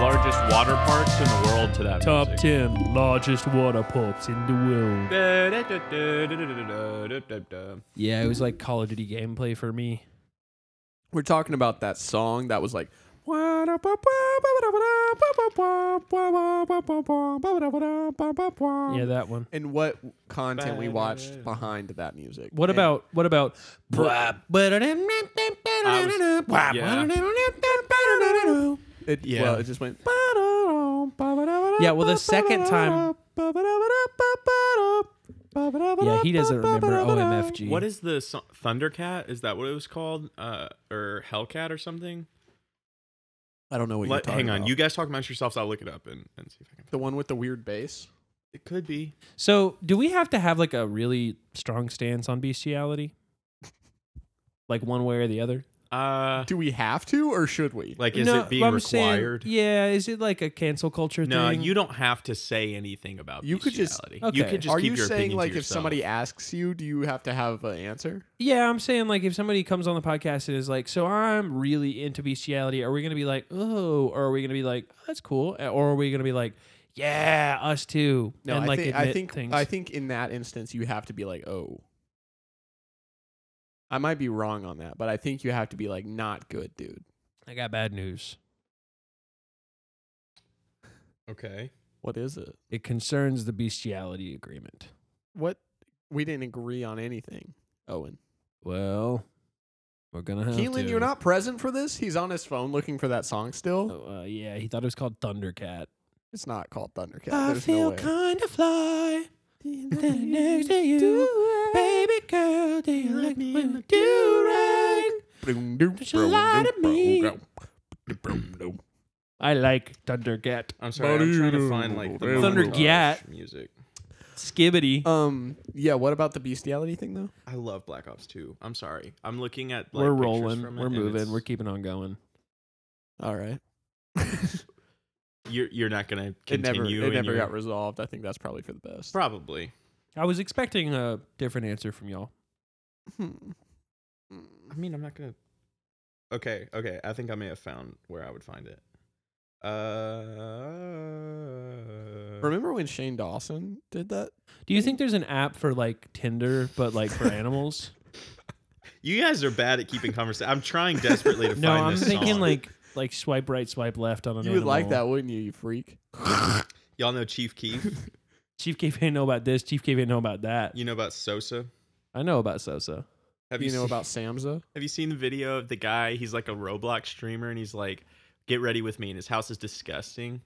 water parks in the world to that Top music. 10 largest water pumps in the world. Yeah, it was like Call of Duty gameplay for me. We're talking about that song that was like. Yeah, that one. and what content we watched behind that music. What And- about what about yeah. It, Yeah. Well, it just went. Yeah, well, the second time- Yeah, he doesn't remember OMFG. What is the so- Thundercat? Is that what it was called? Uh, or Hellcat or something? I don't know what you're Let, talking hang on, about. you guys talk amongst yourselves. I'll look it up and, and see if I can. the one with the weird bass. It could be. So, do we have to have like a really strong stance on bestiality? Like one way or the other? Uh, Do we have to or should we? like is it being but I'm saying- required? yeah, is it like a cancel culture no, thing? you don't have to say anything about. You could just- bestiality. Okay. You could just Are keep you your saying opinion like to if yourself. somebody asks you, do you have to have an answer? Yeah, I'm saying like if somebody comes on the podcast and is like, "So I'm really into bestiality," are we gonna be like, "Oh," or are we gonna be like, oh, "That's cool," or are we gonna be like, "Yeah, us too"? No, and I like think I admit think things. I think in that instance you have to be like, oh. I might be wrong on that, but I think you have to be like not good, dude. I got bad news. okay, What is it? It concerns the bestiality agreement. What we didn't agree on anything, Owen. Well, we're Oh, gonna have Keelan, to. you're not present for this. He's on his phone looking for that song still. Oh, uh, yeah, he thought it was called Thundercat. It's not called Thundercat. I There's feel no way. kind of fly. standing next to you, baby girl. Do you like me when I do right? Boom, doom, Don't you lie to boom, doom, me. boom, doom, boom, doom. I like Thundercat. I'm sorry. I'm trying to find like the Thundercat. montage music. Uh, Skibbity. Um. Yeah. What about the bestiality thing though? I love Black Ops 2. I'm sorry. I'm looking at like we're pictures rolling. from it, We're and moving. it's- We're keeping on going. All right. You're you're not gonna it never. continue. It in never your- got resolved. I think that's probably for the best. Probably. I was expecting a different answer from y'all. Hmm. Hmm. I mean, I'm not gonna. Okay, okay. I think I may have found where I would find it. Uh. Remember when Shane Dawson did that? Do you think there's an app for like Tinder, but like for animals? You guys are bad at keeping conversation. I'm trying desperately to no, find I'm this thinking song. like like swipe right, swipe left on an. you would like that, animal. wouldn't you? You freak. y'all know Chief Keef. Chief Cave didn't know about this. Chief Cave didn't know about that. You know about Sosa. I know about Sosa. Have you know seen- about Samza? Have you seen the video of the guy? He's like a Roblox streamer, and he's like, "Get ready with me," and his house is disgusting.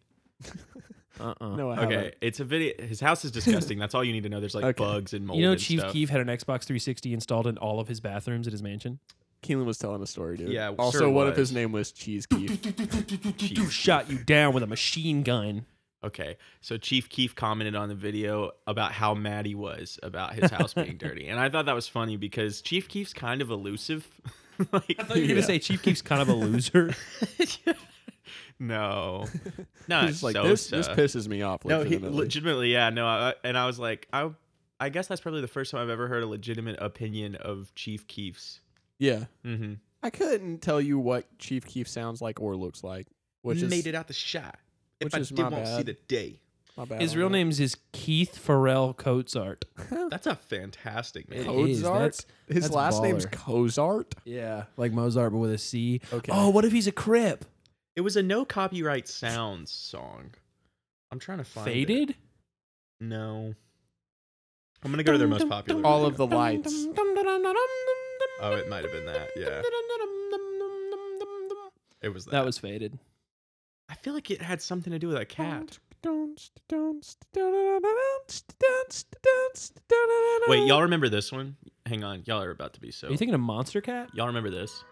Uh uh No, I haven't. Okay, it's a video. His house is disgusting. That's all you need to know. There's like Okay. bugs and mold. You know, and Chief stuff. Keef had an Xbox 360 installed in all of his bathrooms at his mansion. Keelan was telling a story, dude. Yeah, Also, sure what if was. his name was Cheese Keef? Dude shot you down with a machine gun. Okay, so Chief Keef commented on the video about how mad he was about his house being dirty, and I thought that was funny because Chief Keef's kind of elusive. like, I thought you were gonna say Chief Keef's kind of a loser. no, not He's like this. This Sosa. pisses me off. No, he legitimately." legitimately, yeah, no, I, and I was like, I, I guess that's probably the first time I've ever heard a legitimate opinion of Chief Keef's. yeah. Mm-hmm. I couldn't tell you what Chief Keef sounds like or looks like, which is made it out the shot. If which I is did, my won't see bad. the day. my bad His on real that. name is Keith Farrell Cozart. That's a fantastic name. It Cozart? is. That's- His that's last name's baller. Cozart. Yeah, like Mozart, but with a C. Okay. Oh, what if he's a Crip? It was a no copyright sounds song. I'm trying to find it. Faded? No. I'm gonna go to their most popular. All video. of the lights. Oh, it might have been that. Yeah, it was that. That was faded. I feel like it had something to do with a cat. Wait, Wait, y'all remember this one? Hang on, y'all are about to be so. Are you thinking of Monster Cat? y'all remember this?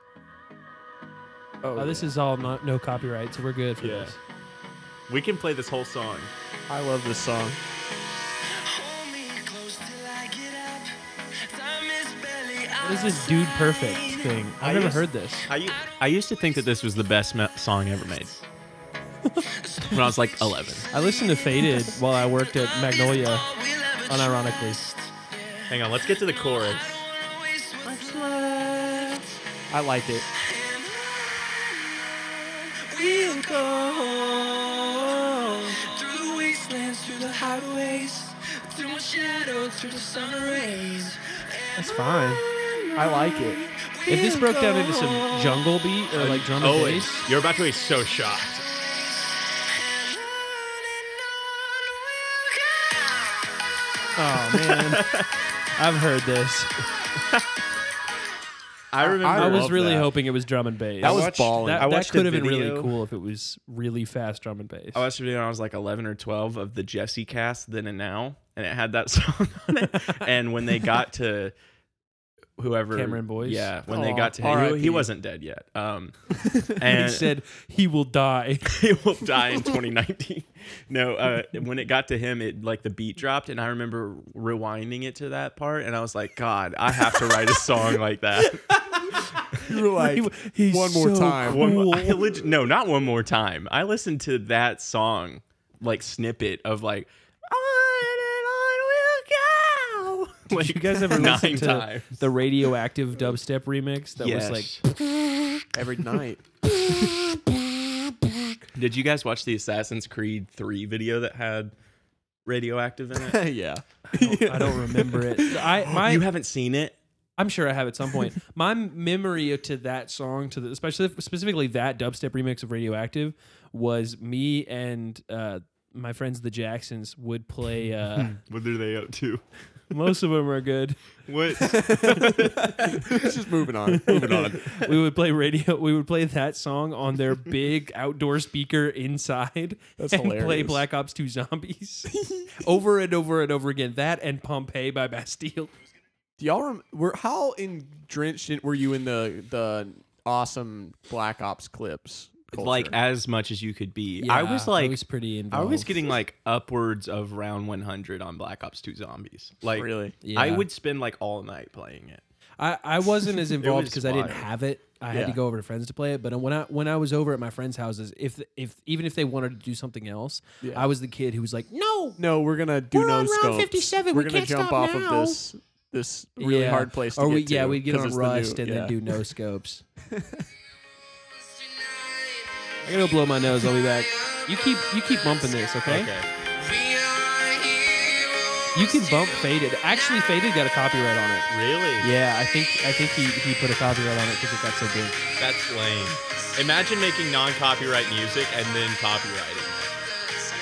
Oh, this is all not, no copyright, so we're good for Yeah. this. We can play this whole song. I love this song. Hold me close till I get up. Time is barely What is this Dude Perfect thing? I've never used- heard this. I, u- I used to think that this was the best me- song ever made. when I was like 11. I listened to Faded while I worked at Magnolia, All we'll ever unironically. Hang on, let's get to the chorus. wanna waste what's I like it. We'll go wastelands, through the highways, through my shadow, through the sun rays. That's fine. I like it. If this broke down into some jungle beat or like drum and Oh, bass, it's- you're about to be so shocked. oh man, I've heard this. I remember. I was love really that. hoping it was drum and bass. That I was watched- balling. I That, that watched could a have been really video- cool if it was really fast drum and bass. I watched a video when I was like 11 or 12 of the Jesse cast, then and now, and it had that song on it. and when they got to whoever Cameron Boyce? yeah, when they Aw, got to him, he- he, RIP. wasn't dead yet. Um, and he said he will die. he will die in 2019. No, uh, when it got to him, it like the beat dropped, and I remember rewinding it to that part, and I was like, God, I have to write a song like that. You were like, He's one more so time. cool. One, mo- I leg- no, not one more time. I listened to that song, like snippet of like. On and on we'll go. Like, Did you guys ever nine listen to times. the radioactive dubstep remix that yes. was like every night. Did you guys watch the Assassin's Creed Three video that had radioactive in it? yeah. I don't remember it. I my you haven't seen it? I'm sure I have at some point. My memory to that song, to the especially specifically that dubstep remix of Radioactive, was me and uh, my friends the Jacksons would play. Uh, What are they up to? most of them are good. What? Let's just moving on. Moving on. We would play radio. We would play that song on their big outdoor speaker inside. That's and Play hilarious. Black Ops Two Zombies over and over and over again. That and Pompeii by Bastille. Do y'all rem- were how drenched in, were you in the the awesome Black Ops clips? Culture? Like as much as you could be. I was like, I was pretty I involved. was getting like upwards of round 100 on Black Ops 2 Zombies. Like Really? I Yeah. would spend like all night playing it. I, I wasn't as involved was because I didn't wild. have it. I had to Yeah. go over to friends to play it. But uh, when I when I was over at my friends' houses, if if even if they wanted to do something else, Yeah. I was the kid who was like, "No, no, we're gonna do We're no on round scopes. 57, We're we gonna can't jump stop off now. of this this really Yeah. hard place. To Or we get to, yeah, we'd get 'cause on it's the new- rust and yeah. then do no scopes. I gotta go blow my nose. I'll be back. You keep you keep bumping this, okay? You can bump faded. Actually, faded got a copyright on it. Really? Yeah, I think I think he, he put a copyright on it because it got so big. That's lame. Imagine making non-copyright music and then copywriting.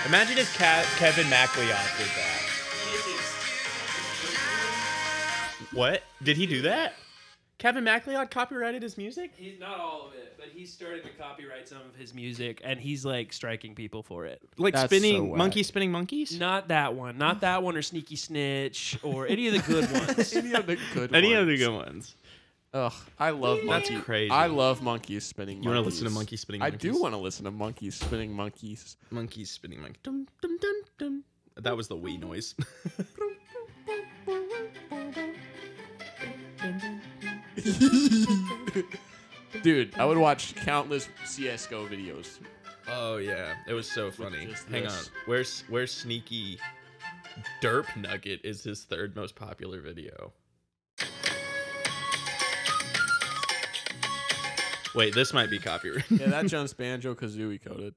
Imagine if Ca- Kevin MacLeod did that. What? Did he do that? Kevin MacLeod copyrighted his music? He's not all of it, but he's starting to copyright some of his music, and he's like striking people for it. Like That's so spinning whack. monkey spinning monkeys? Not that one. Not that one or Sneaky Snitch or any of the good ones. Any of the good Any ones. of the good ones. Ugh, I love That's monkeys. crazy. I love monkeys spinning. You want wanna listen to monkeys spinning I do monkeys? want to listen to monkeys spinning monkeys. Monkeys spinning monkey. Dum, dum, dum, dum. That was the wee noise. Dude, I would watch countless CS:GO videos. oh yeah, it was so funny. just Hang this. on, where's where's sneaky? Derp Nugget is his third most popular video. Wait, this might be copyrighted. Yeah, that jumps banjo kazooie coded.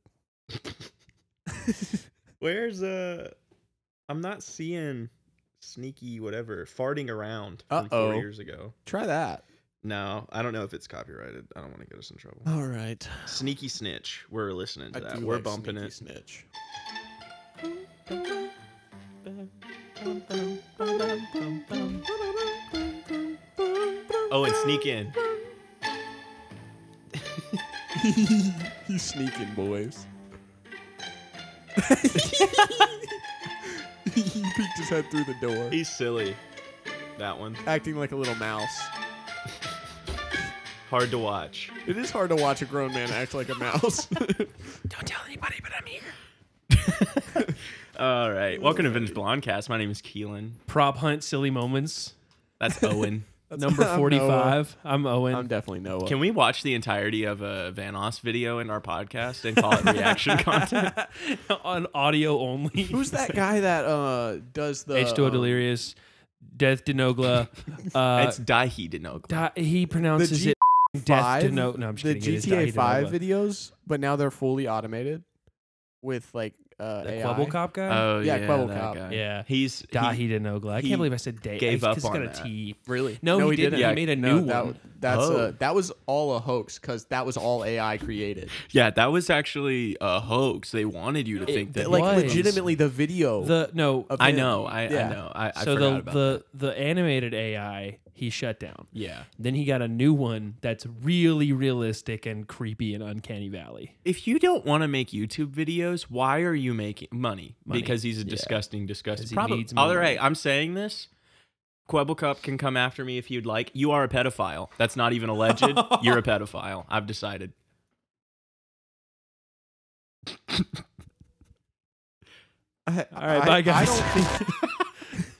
Where's uh? I'm not seeing sneaky whatever farting around from four Uh-oh. years ago. Try that. No, I don't know if it's copyrighted. I don't want to get us in trouble. All right. Sneaky Snitch. We're listening to I that. do We're like bumping Sneaky it. Snitch. Oh, and Sneak In. He's sneaking, boys. he peeked his head through the door, He's silly. That one. acting like a little mouse. Hard to watch. It is hard to watch a grown man act like a mouse. Don't tell anybody, but I'm here. All right. Welcome to Vintage Blondcast. My name is Keelan. Prop hunt, silly moments. That's Owen. Number I'm Noah. forty-five. I'm Owen. I'm definitely Noah. Can we watch the entirety of a Van Oss video in our podcast and call it reaction content? on audio only. Who's that guy that uh does the H2O um, Delirious, Death Denogla. Uh, it's Daihi Dinogle. di- he pronounces The it Death five, Deno. No, I'm just the kidding. It is GTA Dahi Five Denogla. videos, but now they're fully automated with like uh, The AI. Quebble Cop guy? Oh yeah, Yeah, Quibble that Cop. guy. yeah. He's Da, he- he, didn't know Glad. I he can't believe I said day. gave I up just on got a that. T. Really? No, he didn't. He made a no, new that, one. That's Oh. a, that was all a hoax because that was all AI created. Yeah, that was actually a hoax. They wanted you to think that. like was. legitimately, the video. The no. of I him- know. I, yeah. I know. I, I so forgot the about the the animated AI he shut down. Yeah. Then he got a new one that's really realistic and creepy and uncanny valley. If you don't want to make YouTube videos, why are you making money? Because he's a disgusting, disgusting. 'Cause he Probably. needs All money. right, I'm saying this. Quebble Cup can come after me if you'd like. You are a pedophile. That's not even alleged. You're a pedophile. I've decided. I, All right, I- bye, guys. I don't, think,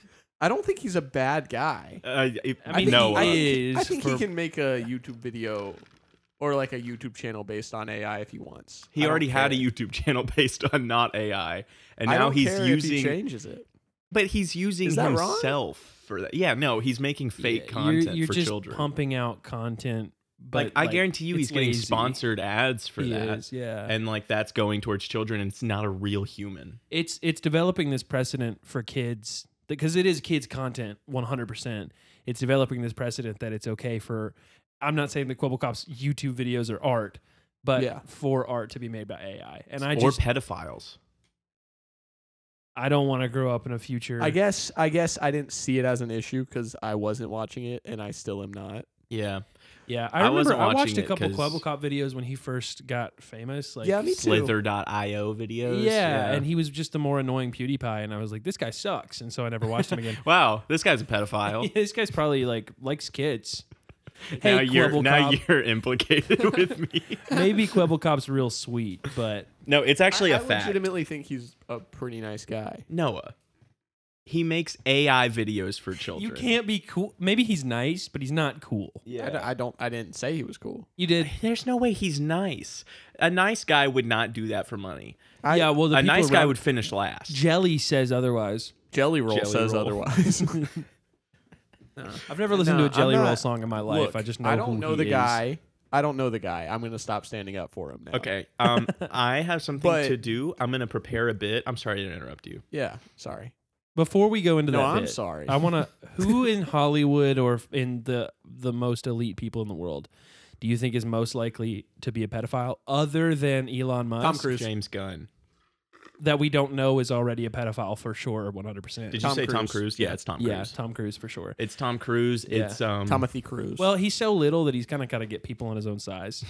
I don't think he's a bad guy. Uh, I, I mean, no, he uh, is- I think for- he can make a YouTube video or like a YouTube channel based on AI if he wants. I he don't already had a care. YouTube channel based on not AI, and I now don't he's care if using. he changes it. But he's using Is that wrong? himself for that. Yeah, no, he's making fake Yeah, content you're, you're for just children. pumping out content. But like, I guarantee you, he's it's getting lazy. sponsored ads for He that, is, yeah. and like that's going towards children, and it's not a real human. It's it's developing this precedent for kids because it is kids content 100%. It's developing this precedent that it's okay for I'm not saying that Quibble Cop's YouTube videos are art, but Yeah. for art to be made by AI. And I or just pedophiles. I don't want to grow up in a future I guess I guess I didn't see it as an issue because I wasn't watching it and I still am not. Yeah, Yeah, I I remember wasn't I, watching watched a it couple 'cause- Quibble Cop videos when he first got famous. Like yeah, me too. Slither.io videos. yeah, and he was just the more annoying PewDiePie, and I was like, this guy sucks, and so I never watched him again. wow, this guy's a pedophile. this guy's probably like likes kids. Hey, now you're Quibble now Cop. you're implicated with me. Maybe Quibble Cop's real sweet, but No, it's actually I, a I fact. legitimately think he's a pretty nice guy. Noah, he makes AI videos for children. you can't be cool. Maybe he's nice, but he's not cool. Yeah. I, d- I don't. I didn't say he was cool. You did. There's no way he's nice. A nice guy would not do that for money. I, yeah, well, the a people nice guy around- would finish last. Jelly says otherwise. Jelly Roll Jelly says Roll. otherwise. I've never listened Nah, to a Jelly I'm Roll not- song in my life. Look, I just know I don't who know he the is. guy. I don't know the guy. I'm gonna stop standing up for him now. Okay. Um, I have something But- to do. I'm gonna prepare a bit. I'm sorry to interrupt you. Yeah. Sorry. Before we go into No, that, I'm bit, sorry. I want to. Who in Hollywood or f- in the the most elite people in the world do you think is most likely to be a pedophile, other than Elon Musk? Tom Cruise. James Gunn. that we don't know is already a pedophile for sure, one hundred percent. Did you Tom say Tom Cruise. Cruise? Yeah, it's Tom Cruise. Yeah, Tom Cruise for sure. it's Tom Cruise. Yeah. It's um. Timothy Cruz. Hmm. Well, he's so little that he's kind of got to get people on his own size.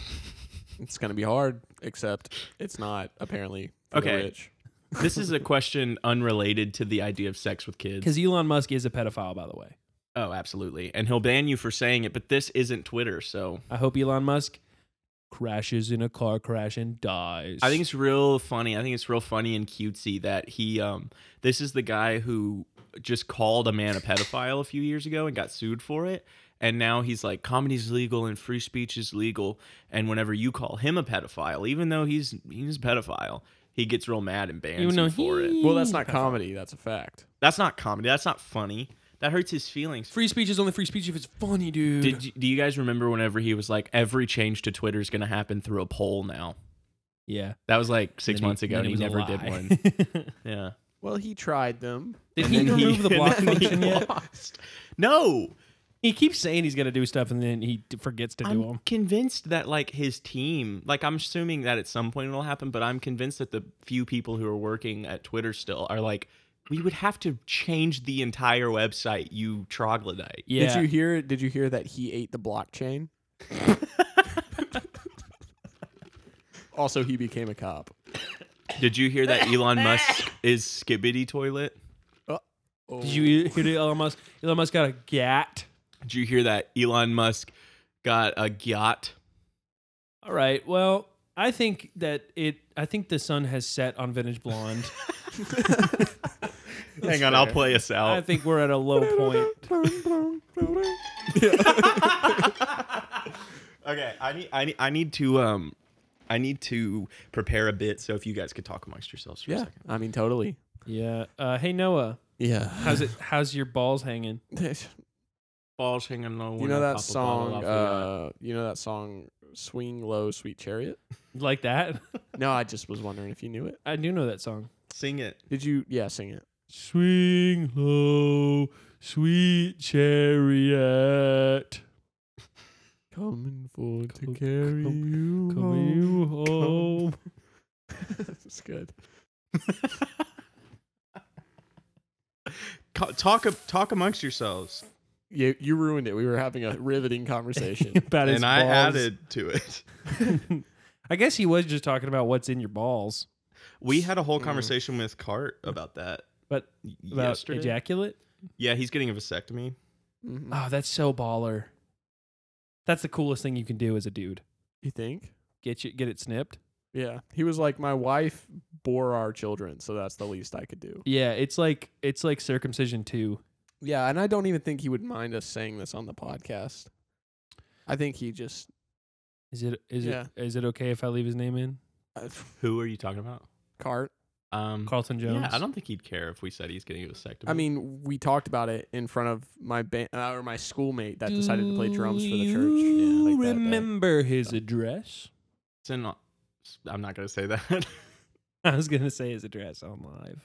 it's gonna be hard, except it's not apparently. For Okay. The rich. this is a question unrelated to the idea of sex with kids. Because Elon Musk is a pedophile, by the way. Oh, absolutely. And he'll ban you for saying it. But this isn't Twitter, so I hope Elon Musk crashes in a car crash and dies. I think it's real funny. I think it's real funny and cutesy that he um this is the guy who just called a man a pedophile a few years ago and got sued for it. And now he's like comedy's legal and free speech is legal. And whenever you call him a pedophile, even though he's he's a pedophile, he gets real mad and bans Even though him for he- it. Well, that's not comedy. That's a fact. That's not comedy. That's not funny. That hurts his feelings. free speech is only free speech if it's funny, dude. Did you, do you guys remember whenever he was like every change to Twitter is going to happen through a poll now? yeah. That was like six Then months ago, then and he it never was a did lie. one. Yeah. Well, he tried them. Did And he then remove the and block then he function yet? lost. No, He keeps saying he's gonna do stuff and then he d- forgets to do I'm them. convinced that like his team, like I'm assuming that at some point it'll happen, but I'm convinced that the few people who are working at Twitter still are like, we would have to change the entire website, you troglodyte. Yeah. Did you hear? Did you hear that he ate the blockchain? also, he became a cop. Did you hear that Elon Musk is skibbity toilet? Oh. Did you hear that Elon Musk? Elon Musk got a gat. Did you hear that Elon Musk got a yacht? All right. Well, I think that it. I think the sun has set on Vintage Blonde. Hang on, I'll play us out. I think we're at Oh. a low Oh. point. Okay, I need, I need, I need to, um, I need to prepare a bit. So if you guys could talk amongst yourselves for a yeah, second. I mean, totally. Yeah. Uh, hey Noah, Yeah. how's it? How's your balls hanging? Balls hanging low. you know that song? Uh, you know that song, "Swing Low, Sweet Chariot." Like that? No, I just was wondering if you knew it. I do know that song. Sing it. Did you? Yeah, sing it. Swing low, sweet chariot. Coming for to Come- carry come- you Come home. you home. It's good. Co- talk a- talk amongst yourselves. You you ruined it. We were having a riveting conversation. About his and I balls. added to it. I guess he was just talking about what's in your balls, We had a whole Mm. conversation with Cart about that. But y- about yesterday. ejaculate. yeah, he's getting a vasectomy. Mhm. Oh, that's so baller. That's the coolest thing you can do as a dude. you think? Get you get it snipped. Yeah. He was like, my wife bore our children, so that's the least I could do. Yeah, it's like it's like circumcision too. Yeah, and I don't even think he would mind us saying this on the podcast. I think he just. Is it is Yeah. it is it okay if I leave his name in? Uh, Who are you talking about? Cart. Um, Carlton Jones. Yeah, I don't think he'd care if we said he's getting a vasectomy. I mean, we talked about it in front of my ba- uh, or my schoolmate that decided to play drums for the church. You like that Oh. day. remember his address? it's in, uh, I'm not gonna say that. I was gonna say his address on live.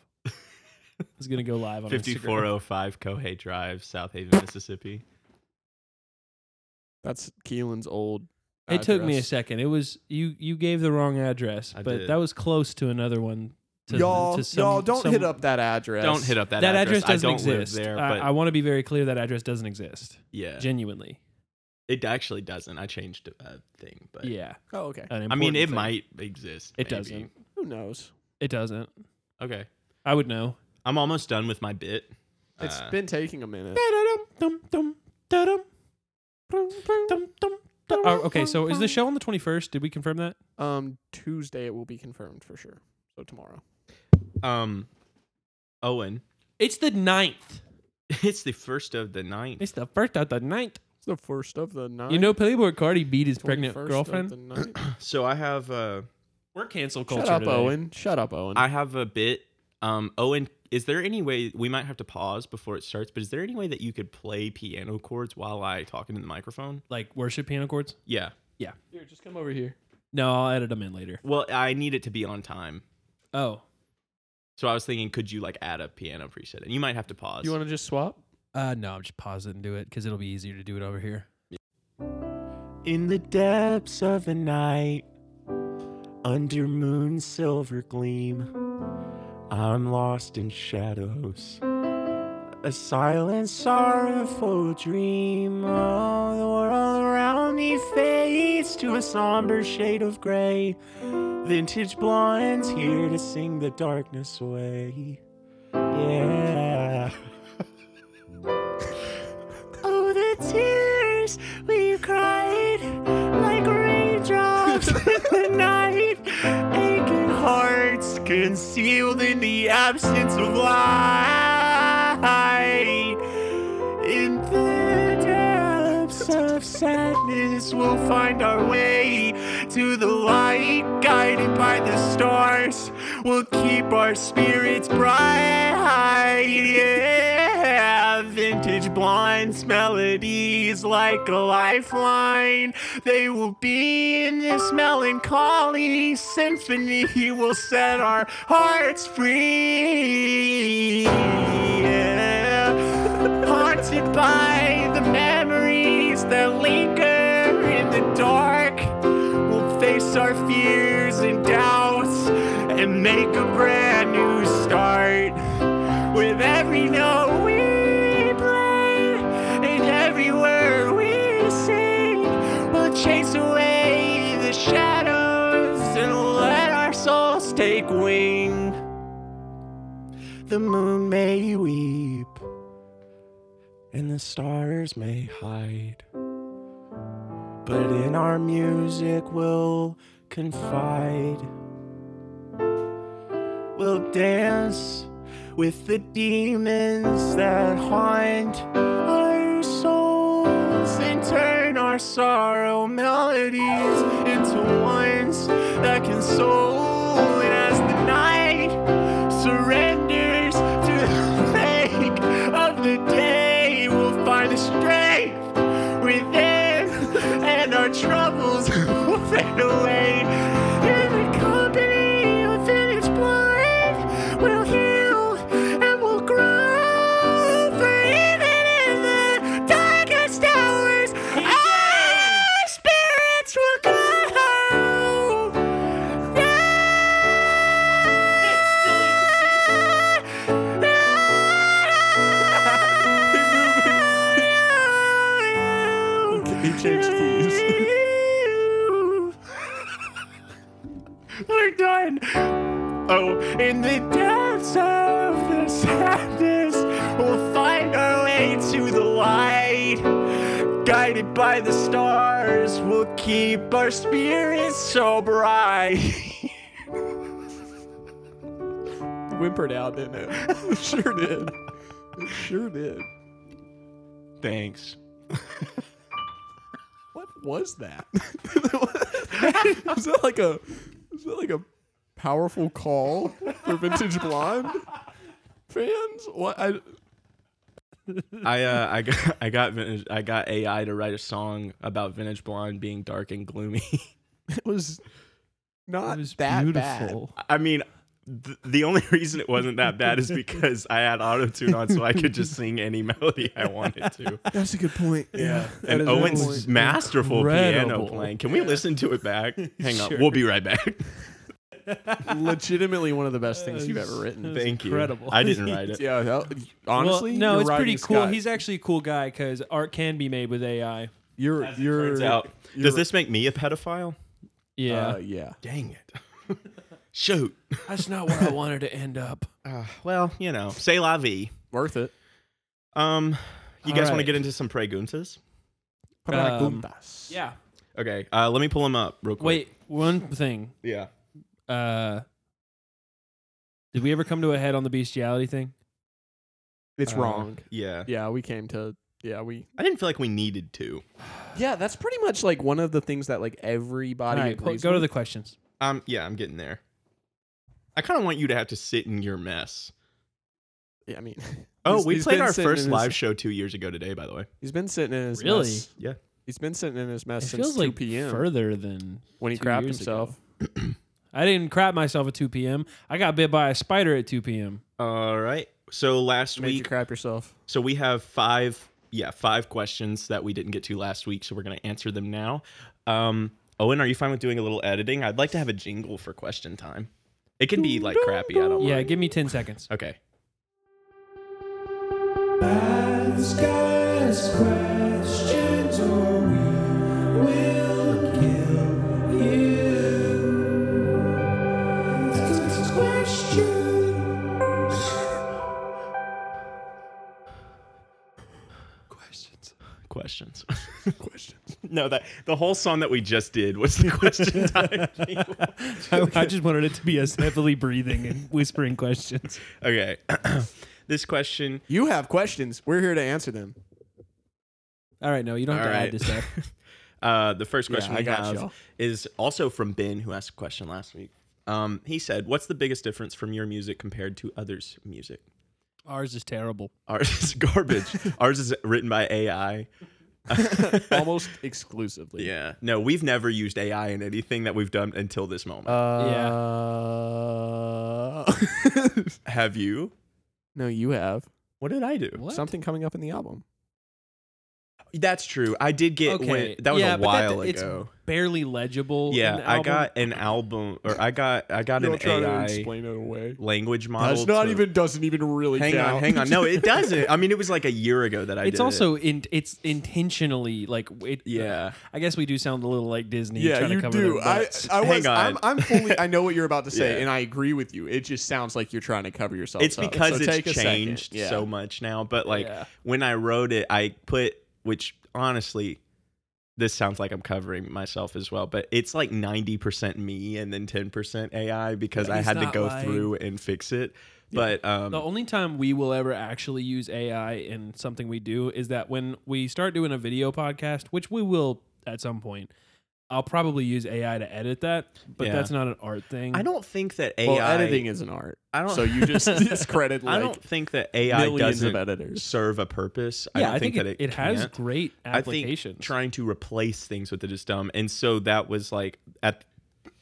I was gonna go live on Instagram. 5405 Cohay oh Drive, South Haven, Mississippi. That's Keelan's old. It took me a address. second. It was you. You gave the wrong address, I but did. that was close to another one. To, y'all, to some- y'all don't some- hit up that address. Don't hit up that, That address, doesn't I don't exist. live there, I- but I, want to be very clear that address doesn't exist. yeah, Genuinely, it actually doesn't. I changed a thing, but yeah. Oh, okay. an I mean, important it thing. might exist. It maybe. doesn't. Who knows? It doesn't. Okay, I would know. I'm almost done with my bit. It's Uh, been taking a minute. Oh, okay, so is the show on the twenty first? Did we confirm that? Um, Tuesday it will be confirmed for sure. So tomorrow. um, Owen. It's the 9th. It's the first of the ninth. It's the first of the ninth. It's the first of the night. You know, Playboy Cardi beat his pregnant girlfriend. So I have uh, We're cancel culture. Shut up, today. Owen. Shut up, Owen. I have a bit. Um, Owen, is there any way we might have to pause before it starts? But is there any way that you could play piano chords while I talk into the microphone? Like worship piano chords. Yeah. Here, just come over here. No, I'll edit them in later. Well, I need it to be on time. Oh, So I was thinking, could you like add a piano preset? And you might have to pause. You want to just swap? uh, no, I'll just pause it and do it because it'll be easier to do it over here. In the depths of the night, under moon's silver gleam, I'm lost in shadows. A silent, sorrowful dream. Oh, the world around me fades to a somber shade of gray. Vintage blondes here to sing the darkness away. Yeah. Oh, the tears we cried like raindrops in the night, aching hearts concealed in the absence of light. In the depths of sadness, we'll find our way to the light, guided by the stars. We'll keep our spirits bright. Yeah, vintage blinds, melodies like a lifeline. They will be in this melancholy symphony. Will set our hearts free. Yeah haunted by the memories that linger in the dark. We'll face our fears and doubts and make a brand new start. With every note we play and every word we sing, we'll chase away the shadows and let our souls take wing. The moon may weep and the stars may hide. But in our music we'll confide. We'll dance with the demons that haunt our souls and turn our sorrow melodies into ones that console. And as the night surrenders to the wake of the day, we'll find the strength within, and our troubles will fade away. In the company of vintage blind, we'll He changed keys. We're done. Oh, in the depths of the sadness, we'll find our way to the light. Guided by the stars, we'll keep our spirits so bright. Whimpered out, didn't it? Sure did. Sure did. Thanks. What was that? was that like a was that like a powerful call for Vintage Blonde fans? What I I uh, I got I got vintage, I got AI to write a song about vintage blonde being dark and gloomy. it was not It was that beautiful. I mean, th- the only reason it wasn't that bad is because I had auto tune on, so I could just sing any melody I wanted to. bad. That's a good point. Yeah. And is Owen's masterful piano incredible. playing. Can we listen to it back? Hang Sure. on, we'll be right back. legitimately one of the best things you've ever written. It was Thank incredible. you. I didn't write it. Yeah, that- honestly, well, no, you're it's riding pretty the cool. sky. He's actually a cool guy because art can be made with AI. you're you're Turns out. you're- Does this make me a pedophile? Yeah, Uh, yeah. Dang it. Shoot. that's not where I wanted to end up. Uh, well, you know, say la vie. Worth it. Um, you All guys want to right. get into some preguntas? Um, Preguntas. Yeah. Okay. Uh, let me pull them up real quick. Wait, one thing. Yeah. Uh, did we ever come to a head on the bestiality thing? it's Uh, wrong. Yeah. Yeah, we came to. Yeah, we. I didn't feel like we needed to. Yeah, that's pretty much like one of the things that like everybody All right, agrees. go to the with. questions. Um, yeah, I'm getting there. I kind of want you to have to sit in your mess. Yeah, I mean. Oh, he's- we he's played been our sitting first in his- live show two years ago today, by the way. He's been sitting in his Really? mess. Yeah. He's been sitting in his mess It since feels 2 like p.m. further than when he two crapped years himself. ago. I didn't crap myself at 2 p.m. I got bit by a spider at 2 p.m. All right. So last Made you week, crap yourself. so we have five, yeah, five questions that we didn't get to last week. So we're gonna answer them now. Um, Owen, are you fine with doing a little editing? I'd like to have a jingle for question time. It can be like crappy. I don't. Yeah, mind. give me 10 seconds. Okay. Questions. Questions. questions. No, that the whole song that we just did was the question time. jingle. I, I just wanted it to be us heavily breathing and whispering questions. okay. this question You have questions. We're here to answer them. All right, no, you don't have All to right. add this stuff. Uh, the first question I we got have y'all. is also from Ben, who asked a question last week. Um, he said, "What's the biggest difference from your music compared to others' music? Ours is terrible. Ours is garbage. Ours is written by AI. Almost exclusively. Yeah, no, we've never used AI in anything that we've done until this moment. Uh, yeah. have you? no, you have What did I do? What? something coming up in the album. That's true. I did get Okay. when that was Yeah, a but that- while it's ago. Barely legible. in Yeah, the I album. got an album, or I got I got an AI it away. language model. That's not to- even doesn't even really Hang on, hang on. No, it doesn't. I mean, it was like a year ago that I. did It's it. also in. It's intentionally like it. Yeah. I guess we do sound a little like Disney. yeah, trying to you cover do. their I, butts. I Hang was. on. I'm, I'm fully. I know what you're about to say, Yeah. and I agree with you. It just sounds like you're trying to cover yourself. it's up. because Oh, So take it's a second. changed Yeah. so much now but like Yeah. when i wrote it i put which honestly this sounds like i'm covering myself as well but it's like 90% me and then 10% ai because Yeah, i he's had to not go lying. through and fix it but the um only time we will ever actually use AI in something we do is that when we start doing a video podcast, which we will at some point. I'll probably use AI to edit that, but Yeah. that's not an art thing. i don't think that ai Well, editing is an art. I don't- so you just discredit like i don't think that ai millions of doesn't editors. serve a purpose i Yeah, don't I think, that it, it, it has can't. great I think applications. trying to replace things with it is dumb. And so that was like at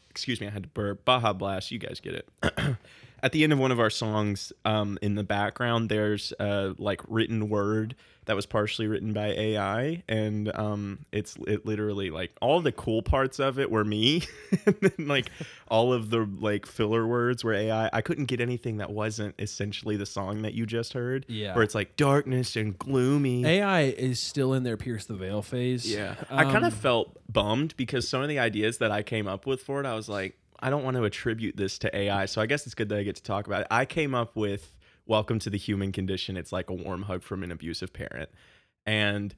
excuse me, I had to burp. Baja Blast, you guys get it. at the end of one of our songs, um, in the background, there's uh, like written word that was partially written by AI, and um, it's it literally like all the cool parts of it were me, and then like all of the like filler words were AI. I couldn't get anything that wasn't essentially the song that you just heard. Yeah. where it's like darkness and gloomy. AI is still in their pierce the veil phase. Yeah. I kind Um, of felt bummed because some of the ideas that I came up with for it, I was like, I don't want to attribute this to AI. So I guess it's good that I get to talk about it. I came up with Welcome to the Human Condition. It's like a warm hug from an abusive parent. And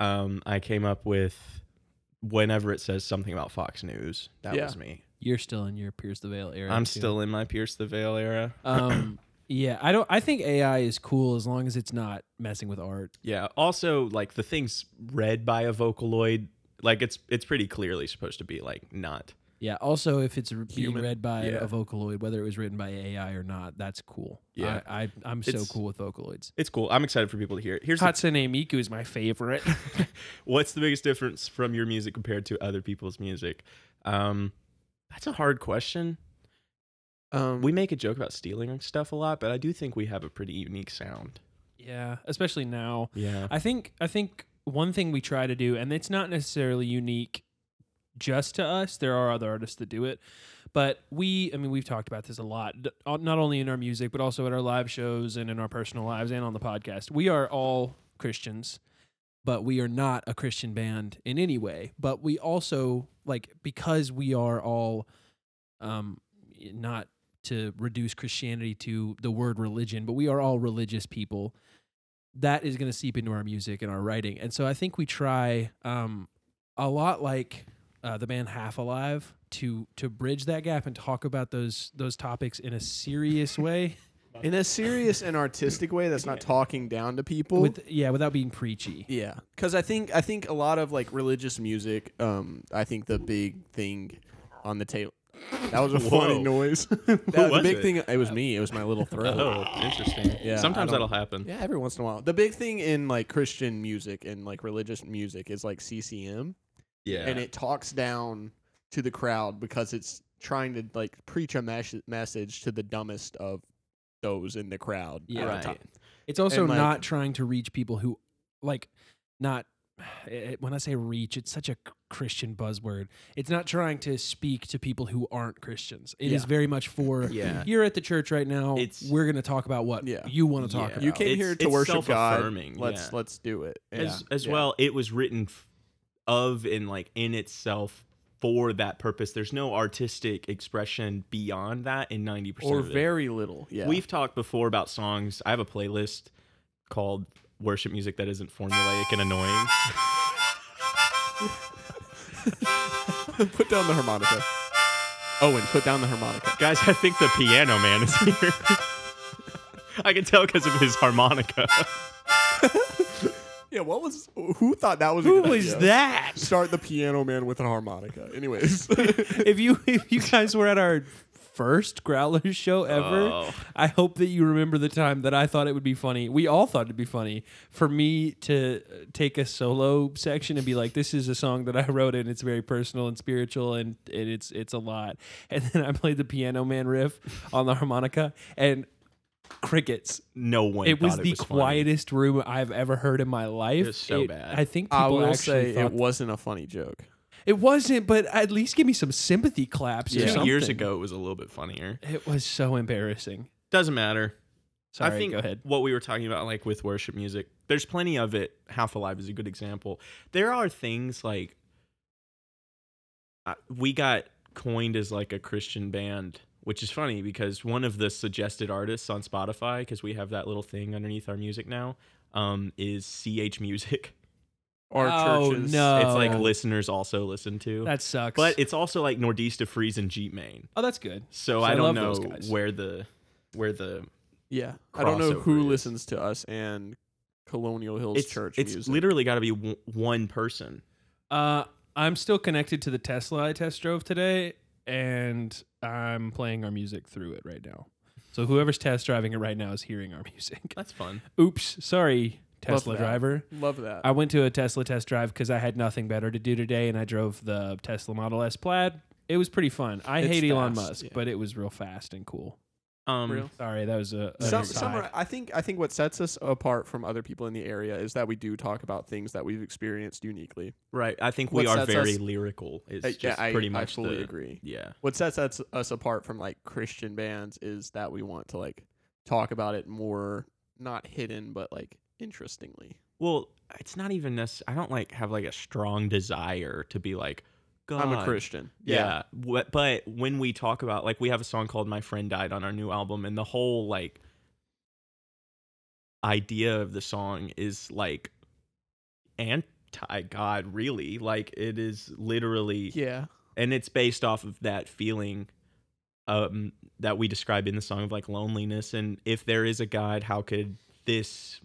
um, I came up with whenever it says something about Fox News. That Yeah. was me. you're still in your pierce the veil era. I'm too. still in my Pierce the Veil era. Um, yeah, I don't. I think AI is cool as long as it's not messing with art. Yeah. Also, like the things read by a Vocaloid, like it's it's pretty clearly supposed to be like not Yeah. Also, if it's r- being Human- read by yeah. a Vocaloid, whether it was written by AI or not, that's cool. Yeah. I, I I'm so It's- cool with Vocaloids. it's cool. I'm excited for people to hear it. Here's the Hatsune Miku is my favorite. What's the biggest difference from your music compared to other people's music? Um, that's a hard question. Um, We make a joke about stealing stuff a lot, but I do think we have a pretty unique sound. yeah, especially now. Yeah. I think I think one thing we try to do, and it's not necessarily unique just to us. There are other artists that do it, but we, I mean, we've talked about this a lot, d- uh, not only in our music but also at our live shows and in our personal lives and on the podcast. We are all Christians, but we are not a Christian band in any way. But we also like because we are all, um, not to reduce Christianity to the word religion, but we are all religious people that is going to seep into our music and our writing. And so I think we try um, a lot like uh, the band Half Alive to to bridge that gap and talk about those those topics in a serious way. in a serious and artistic way that's not talking down to people. With yeah, without being preachy. Yeah, because I think I think a lot of like religious music. Um, I think the big thing on the tail. That was a funny Whoa. noise. that, the was big it? thing. It was me. It was my little throat. Oh, interesting. Yeah, I Sometimes don't- that'll happen. Yeah, every once in a while. The big thing in like Christian music and like religious music is like CCM, Yeah. and it talks down to the crowd because it's trying to like preach a mes- message to the dumbest of those in the crowd. at Yeah. the Right. time. It's also And, like- not trying to reach people who like not it, when I say reach, it's such a c- Christian buzzword. It's not trying to speak to people who aren't Christians. It is Yeah. very much for Yeah. you're at the church right now. It's- we're going to talk about what Yeah. you want to talk Yeah. about. You came It's- here to it's worship God. self-affirming, Let's yeah. let's do it. As, Yeah. as Yeah. well, it was written f- of and like in itself for that purpose. There's no artistic expression beyond that in 90% or of it. very little. Yeah, We've talked before about songs. I have a playlist called Worship Music That Isn't Formulaic and Annoying. put down the harmonica. Owen, put down the harmonica. Guys, I think the piano man is here. I can tell because of his harmonica. Yeah, what was who thought that was? a Who good was idea? that? Start the piano man with a harmonica. Anyways, if you if you guys were at our first growlers show ever Oh. i hope that you remember the time that i thought it would be funny we all thought it'd be funny for me to uh, take a solo section and be like this is a song that i wrote and it's very personal and spiritual and, and it's it's a lot and then i played the piano man riff on the harmonica and crickets No one. it was thought the funny. quietest room i've ever heard in my life was so It- bad. i think people I will actually say thought it wasn't a funny joke. it wasn't, but at least give me some sympathy claps. Two or something. years ago, it was a little bit funnier. it was so embarrassing. Doesn't matter. Sorry, I think go ahead. what we were talking about, like with worship music, there's plenty of it. Half Alive is a good example. There are things like uh, we got coined as like a Christian band, which is funny because one of the suggested artists on Spotify, because we have that little thing underneath our music now, um, is CH Music. Our Oh, churches. no. It's like Oh. listeners also listen to. That sucks. but it's also like Nordista Freeze and Jeep Main. oh, that's good. So, So I I don't love those know guys. where the where the Yeah, I don't know Crossover who is- listens to us and Colonial Hills it's Church it's music. literally got to be w- one person. Uh, I'm still connected to the Tesla I test drove today, and I'm playing our music through it right now. So whoever's test driving it right now is hearing our music. That's fun. Oops, sorry, Love Tesla that. driver. Love that. I went to a Tesla test drive because I had nothing better to do today, and I drove the Tesla Model S Plaid. It was pretty fun. I It's hate Elon fast, Musk, yeah. but it was real fast and cool. Um, Sorry, that was a. an Some, aside. some are- I think I think what sets us apart from other people in the area is that we do talk about things that we've experienced uniquely. Right. I think we What are sets very us- lyrical. Is Uh, yeah, just I- pretty I much fully the- agree. Yeah. What sets us, us apart from like Christian bands is that we want to like talk about it more, not hidden, but like interestingly. Well, it's not even this. I don't like have like a strong desire to be like. God. I'm a Christian. Yeah. Wh- But when we talk about like we have a song called My Friend Died on our new album and the whole like idea of the song is like anti God really. Like it is literally Yeah. and it's based off of that feeling um that we describe in the song of like loneliness and if there is a God, how could this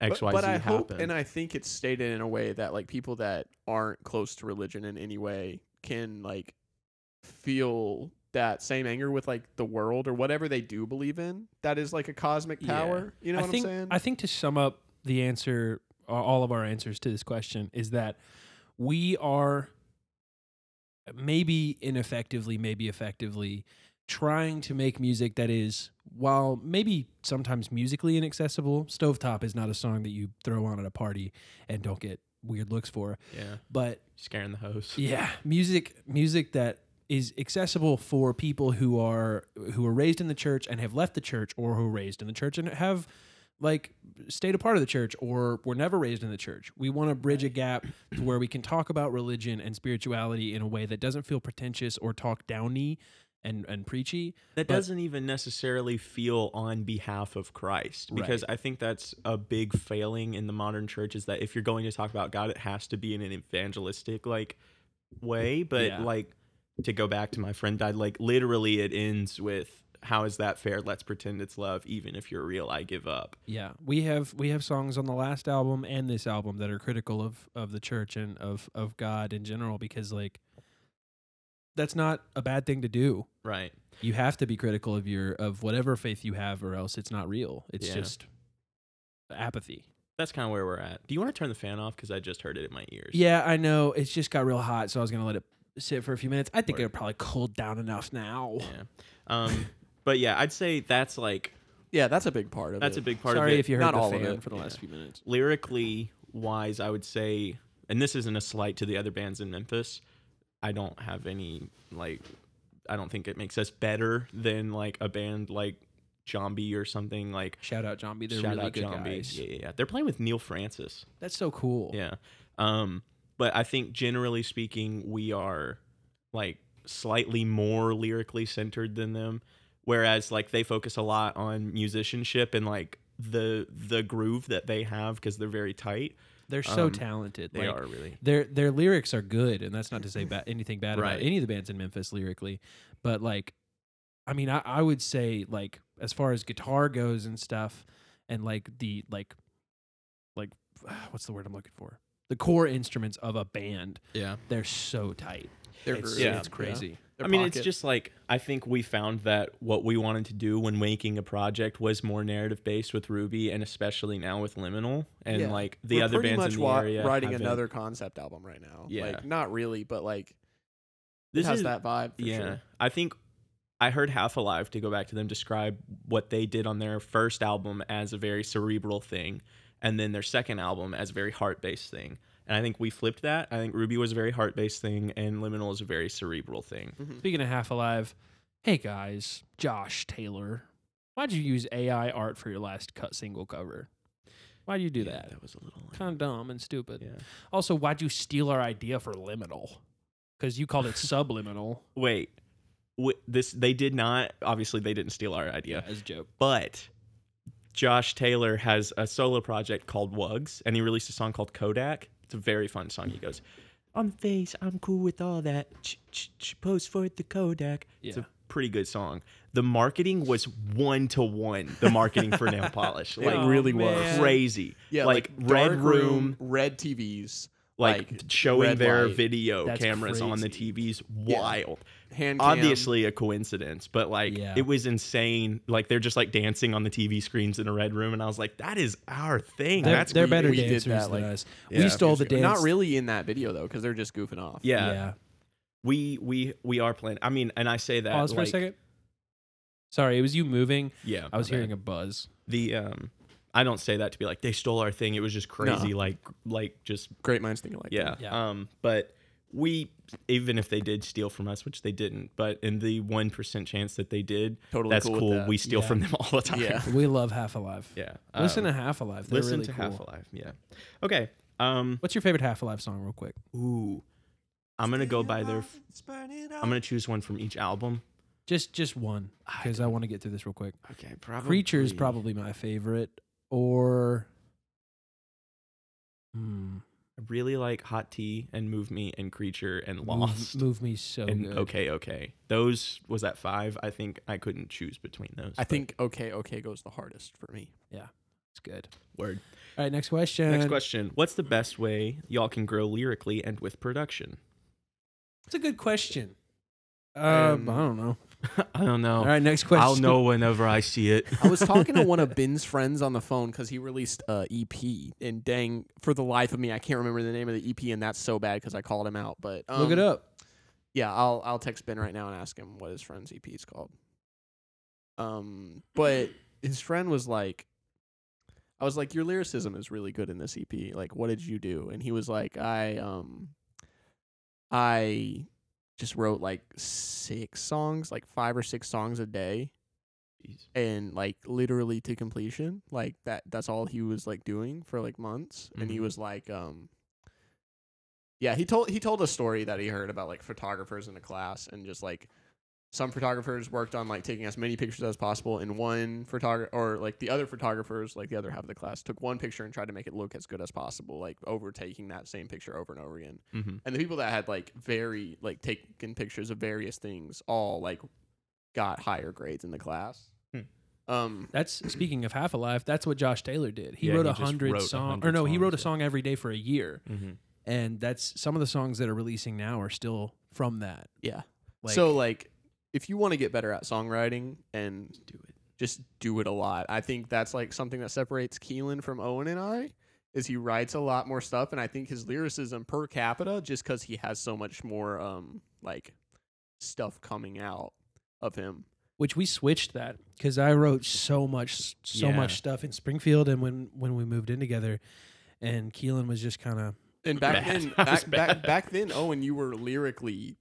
But- XYZ but, I happen? hope and I think it's stated in a way that like people that aren't close to religion in any way can like feel that same anger with like the world or whatever they do believe in. That is like a cosmic Yeah. power. You know I what think, I'm saying? I think to sum up the answer, a- all of our answers to this question is that we are maybe ineffectively, maybe effectively trying to make music that is, while maybe sometimes musically inaccessible, Stovetop is not a song that you throw on at a party and don't get weird looks for. yeah. But Scaring the host. yeah, music music that is accessible for people who are who are raised in the church and have left the church or who are raised in the church and have like stayed a part of the church or were never raised in the church. We want to bridge a gap to where we can talk about religion and spirituality in a way that doesn't feel pretentious or talk downy and and preachy. that But- doesn't even necessarily feel on behalf of Christ because I think that's a big failing in the modern church is that if you're going to talk about God it has to be in an evangelistic like way but Yeah. like to go back to my friend died like literally it ends with how is that fair let's pretend it's love even if you're real I give up Yeah, we have we have songs on the last album and this album that are critical of of the church and of of God in general because like that's not a bad thing to do. right you have to be critical of your of whatever faith you have or else it's not real it's Yeah. just apathy that's kind of where we're at do you want to turn the fan off cuz I just heard it in my ears yeah i know it's just got real hot so i was gonna let it sit for a few minutes i think Word. it'll probably cool down enough now yeah um but yeah I'd say that's like yeah, that's a big part of that's it. a big part of it sorry if you heard Not the all of fan it. for the Yeah. last few minutes lyrically wise, I would say, and this isn't a slight to the other bands in Memphis. I don't have any like, I don't think it makes us better than like a band like Jombie or something like. shout out zombie they're shout really out good Jombie, guys yeah, yeah, yeah. They're playing with Neil Francis, that's so cool yeah. Um, but I think generally speaking, we are like slightly more lyrically centered than them, whereas like they focus a lot on musicianship and like the the groove that they have because they're very tight. they're so Um, talented They like, are really. their their lyrics are good, and that's not to say ba- anything bad Right. about any of the bands in Memphis lyrically, but like, I mean, I, I would say like as far as guitar goes and stuff, and like the like, like what's the word I'm looking for? The core instruments of a band, Yeah. they're so tight. They're It's, groovy. yeah. it's crazy. I mean, it's just like I think we found that what we wanted to do when making a project was more narrative based with Ruby, and especially now with Liminal, and Yeah. like the We're other pretty bands much in the wa- area. writing haven't- another concept album right now. Yeah. Like not really, but like This it has is- that vibe for yeah, sure. I think I heard Half Alive to go back to them describe what they did on their first album as a very cerebral thing, and then their second album as a very heart based thing. And I think we flipped that. I think Ruby was a very heart based thing, and Liminal is a very cerebral thing. Mm-hmm. Speaking of Half Alive, hey guys, Josh Taylor, why'd you use AI art for your last cut single cover? Why'd you do Yeah, that? That was a little. Kind of dumb and stupid. Yeah. Also, why'd you steal our idea for liminal? Because you called it subliminal. wait Wh- this they did not obviously they didn't steal our idea as a joke. but josh taylor has a solo project called wugs and he released a song called kodak it's a very fun song he goes on the face i'm cool with all that Ch- ch- ch- pose for the kodak it's Yeah. a pretty good song the marketing was one to one the marketing for nail polish It like really was. man. crazy Yeah, like, red dark room red TVs, like, like showing red their light. video That's cameras on the crazy. TVs. Yeah. Wild. Hand cam. Obviously a coincidence, but like Yeah. it was insane. Like they're just like dancing on the TV screens in a red room, and I was like, that is our thing. They're, That's they're we- better we- did dancers that, than like- us. Yeah. we stole the dance. Not really in that video though, because they're just goofing off. Yeah, Yeah. we we we are playing. I mean, and I say that Pause for a like, second. Sorry, it was you moving. Yeah, I was my bad. hearing a buzz. the um I don't say that to be like they stole our thing. It was just crazy, like like just Great minds think alike. yeah. Yeah. Um, but we even if they did steal from us, which they didn't, but in the one percent chance that they did, Totally that's cool cool. with that. We steal Yeah. from them all the time. Yeah. We love Half Alive. yeah. Uh, Listen Um, to Half Alive. They're listen really to cool. Half Alive. Yeah. Okay. Um. What's your favorite Half Alive song, real quick? Ooh. I'm gonna go by their. f- I'm gonna choose one from each album. Just just one, because I want to get through this real quick. Okay. Probably. Creature is probably my favorite, or hmm, I really like Hot Tea and Move Me and Creature and Move- Lost. Move, me so and good. okay, okay. Those was that five. I think I couldn't choose between those. I but think okay, okay goes the hardest for me. It's good. word. All right, next question. Next question: What's the best way y'all can grow lyrically and with production? It's a good question. Um, Um, I don't know. I don't know. All right, next question. Oh. I'll know whenever I see it. I was talking to one of Ben's friends on the phone because he released a EP, and dang, for the life of me, I can't remember the name of the EP, and that's so bad because I called him out. But um, Look it up. Yeah, I'll I'll text Ben right now and ask him what his friend's EP is called. Um, but his friend was like, I was like, your lyricism is really good in this EP. Like, what did you do? And he was like, I um, I just wrote like six songs, like five or six songs a day Jeez. and like literally to completion like that that's all he was like doing for like months and he Mhm. was like um yeah he told he told a story that he heard about like photographers in a class and just like some photographers worked on like taking as many pictures as possible and one photographer or like the other photographers like the other half of the class took one picture and tried to make it look as good as possible like overtaking that same picture over and over again Mhm. and the people that had like very like taken pictures of various things all like got higher grades in the class Hmm. um That's speaking of Half Alive. That's what Josh Taylor did. He Yeah, wrote he a just hundred wrote a songs, hundred or no, he wrote a songs, yeah. song every day for a year, Mhm. and that's some of the songs that are releasing now are still from that. yeah Like, so like if you want to get better at songwriting and Do it. just do it a lot i think that's like something that separates keelan from owen and i is he writes a lot more stuff and i think his lyricism per capita just because he has so much more um like stuff coming out of him which we switched that because I wrote so much, so Yeah. much stuff in Springfield, and when when we moved in together, and Keelan was just kind of. and back Bad. then That was back, back bad. back then owen you were lyrically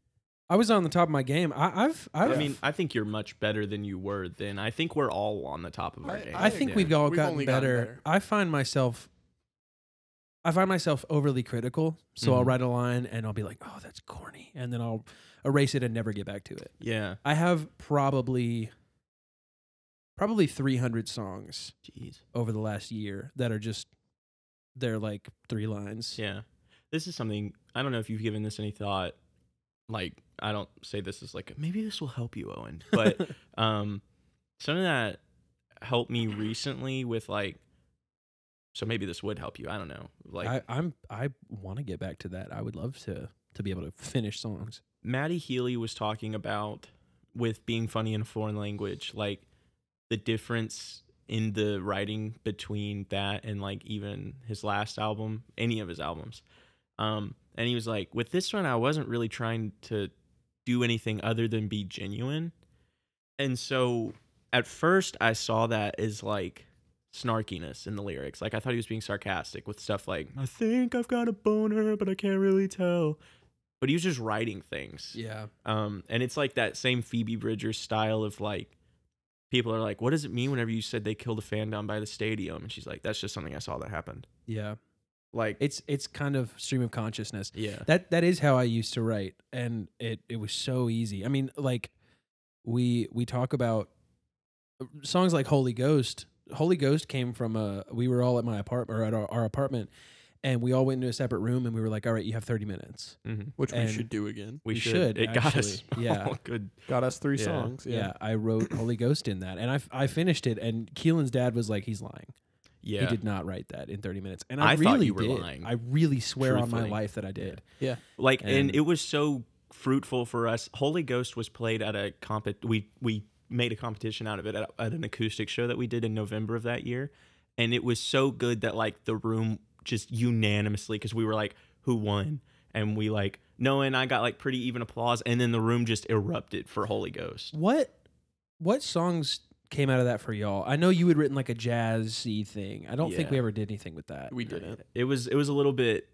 I was on the top of my game. I, I've, I've, I mean, I think you're much better than you were then. I think we're all on the top of our I- game. I think Yeah. we've all We've gotten, only gotten better. better. I find myself, I find myself overly critical. So I'll Mhm. write a line and I'll be like, "Oh, that's corny," and then I'll erase it and never get back to it. Yeah. I have probably, probably three hundred songs Jeez. over the last year that are just, they're like three lines. Yeah. This is something I don't know if you've given this any thought. Like I don't say this is like maybe this will help you, Owen. But um something that helped me recently with like so maybe this would help you. I don't know. Like I, I'm I want to get back to that. I would love to to be able to finish songs. Maddie Healy was talking about with being funny in a foreign language, like the difference in the writing between that and like even his last album, any of his albums. Um, and he was like, with this one, I wasn't really trying to do anything other than be genuine. And so at first, I saw that as like snarkiness in the lyrics. Like I thought he was being sarcastic with stuff like, I think I've got a boner, but I can't really tell. But he was just writing things. Yeah, Um, and it's like that same Phoebe Bridgers style of like, people are like, what does it mean whenever you said they killed a fan down by the stadium? And she's like, that's just something I saw that happened. yeah. Like, It's it's kind of stream of consciousness. yeah. That that is how I used to write, and it it was so easy. I mean, like we we talk about uh, songs like Holy Ghost. Holy Ghost came from a. We were all at my apartment or at our, our apartment, and we all went into a separate room, and we were like, "All right, you have thirty minutes." Mhm. which And- we should do again We, We should, should. It got us. actually. Yeah. all good. got us three Yeah. songs Yeah, I wrote Holy Ghost in that, and I f- I finished it, and Keelan's dad was like, "He's lying." Yeah. He did not write that in 30 minutes. And I, I really thought you were did. lying. I really swear on my Truthfully. life that I did. like and, And- it was so fruitful for us holy ghost was played at a comp we we made a competition out of it at, at an acoustic show that we did in november of that year and it was so good that like the room just unanimously because we were like who won and we like no and i got like pretty even applause and then the room just erupted for holy ghost What what songs came out of that for y'all? I know you had written like a jazzy thing. I don't think Yeah. we ever did anything with that. We didn't. It was it was a little bit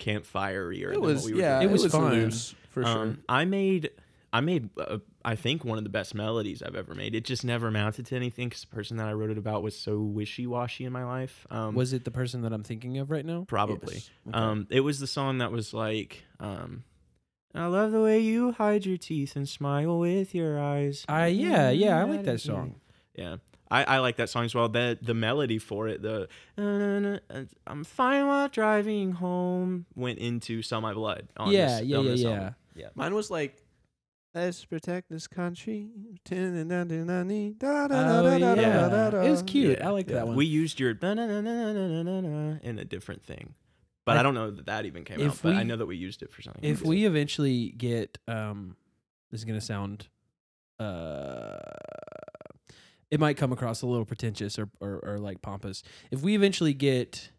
campfirey. It was what we were yeah, doing. It was fun. loose for Um, I made I made uh, I think one of the best melodies I've ever made. It just never amounted to anything because the person that I wrote it about was so wishy washy in my life. Um, Was it the person that I'm thinking of right now? probably. Yes. Um, it was the song that was like, um, I love the way you hide your teeth and smile with your eyes. I yeah yeah I like that song. Yeah. I, I like that song as well. The the melody for it, the "Na-na-na, I'm fine while driving home, went into "Sell My Blood." On Yeah, this, yeah, on yeah, this yeah. album. yeah. Mine was like, let's protect this country. Oh, yeah. It was It's cute. Yeah, I liked yeah. that one. We used your "na-na-na-na-na-na-na-na" in a different thing, but I don't know that that even came out. If But I we- know that we used it for something. if else. we eventually get um this is gonna sound uh it might come across a little pretentious or, or, or like pompous if we eventually get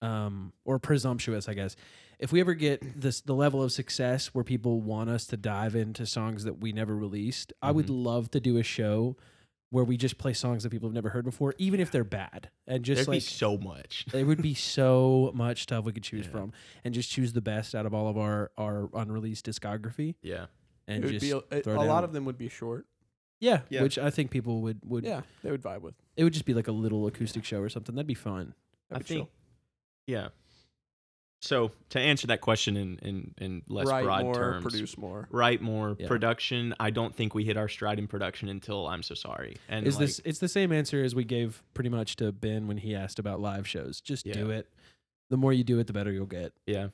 um or presumptuous i guess if we ever get this the level of success where people want us to dive into songs that we never released i would Mm-hmm. love to do a show where we just play songs that people have never heard before even if they're bad and just there'd like be so much. there would be so much stuff we could choose Yeah. from and just choose the best out of all of our our unreleased discography Yeah, and It would just be a, a throw down. lot of them would be short. yeah, Yeah. which i think people would would Yeah, they would vibe with. it would just be like a little acoustic show or something that'd be fun I That'd be think. Yeah. So to answer that question in in, in less write broad more, terms, produce more. write more Yeah. production. I don't think we hit our stride in production until I'm so sorry. And is like, this it's the same answer as we gave pretty much to ben when he asked about live shows just Yeah. do it the more you do it the better you'll get Yeah.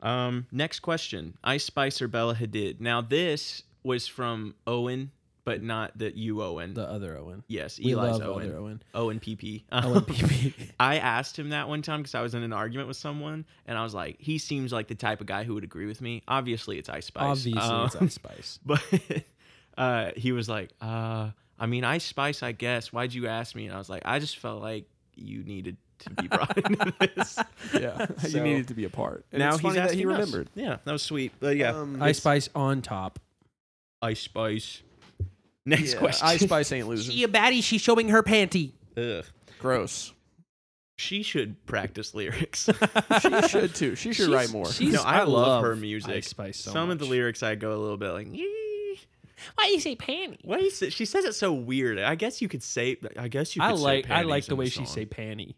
Um, next question. Ice Spice or Bella Hadid? Now this was from Owen, but not that you Owen. the other owen yes, we Mm. Eli's love Owen. other owen Owen PP. owen pp Um, I asked him that one time because I was in an argument with someone, and I was like, he seems like the type of guy who would agree with me. Obviously, it's Ice Spice. obviously it's Um, ice spice but uh, he was like, uh, I mean, Ice Spice, I guess. Why'd you ask me? And I was like, I just felt like you needed to be brought into this. Yeah, you So- needed to be a part. And now it's he's funny that he asking us. remembered. Yeah, that was sweet. But yeah, Um, ice spice on top Ice Spice. Next yeah, question. Ice Spice ain't losing. a baddie she's showing her panty Ugh. Gross. She should practice lyrics. She should too. She should write She's- more. she's- no, I, I love, love her music. Ice Spice so Some of the much. lyrics I go a little bit like, "Yee." why you say panty? Why is it? She says it so weird. I guess you could say. I guess you. Could I like Say I like panties the in way she song. say panty.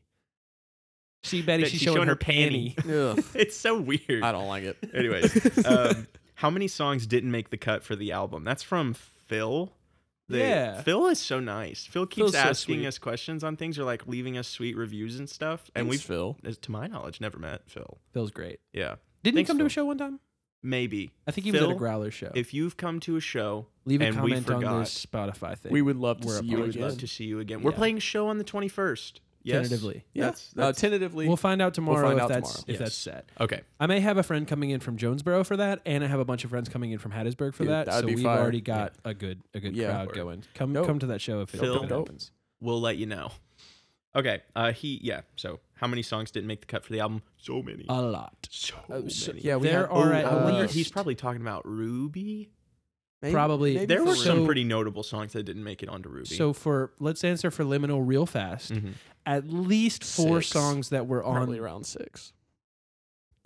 She Betty, That she's, showing, her panty. Ugh, It's so weird. I don't like it. Anyways, um, how many songs didn't make the cut for the album? That's from Phil. The- Yeah. Phil is so nice. Phil keeps Phil's so asking sweet. us questions on things or like leaving us sweet reviews and stuff. And Thanks, we've, Phil. as to my knowledge, never met Phil. Phil's great. Yeah. Didn't Thanks, he come to Phil. a show one time? Maybe. I think he was Phil, at a Growler show. If you've come to a show Leave a and we comment on forgot, this Spotify thing. We would love to We're see a we you would again. love to see you again. We're Yeah. playing a show on the 21st. Yes? Tentatively. Yeah. That's, uh, that's- tentatively. We'll find out tomorrow find if out that's tomorrow. if Yes. that's set. okay. I may have a friend coming in from Jonesboro for that, and I have a bunch of friends coming in from Hattiesburg for Dude, that. that'd So be we've fire. already got a good a good Yeah. crowd going. Come Dope. come to that show if it, if Phil. it Dope. happens. We'll let you know. Okay. Uh, he, yeah. So how many songs didn't make the cut for the album? So many. A lot. so Uh, Oh, so- many. yeah, we There had- are oh, at uh, least He's probably talking about Ruby. maybe- probably- maybe There for were real. some So- pretty notable songs that didn't make it onto Ruby. So for let's answer for Liminal real fast. Mhm. At least four Six. songs that were on probably around six.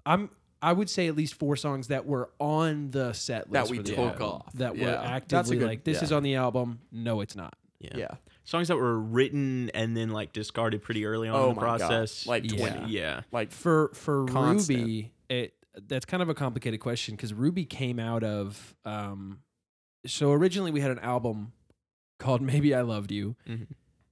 I'm I would say at least four songs that were on the set list That we for the took album, off. that Yeah. were That's a actively good- like this yeah. is on the album. No, it's not. yeah. Yeah. songs that were written and then like discarded pretty early on Oh in the my God. process. Like Yeah. 20. yeah, Like For for Constant. Ruby, it that's kind of a complicated question because Ruby came out of um, so originally we had an album called Maybe I Loved You. Mm-hmm. Mhm.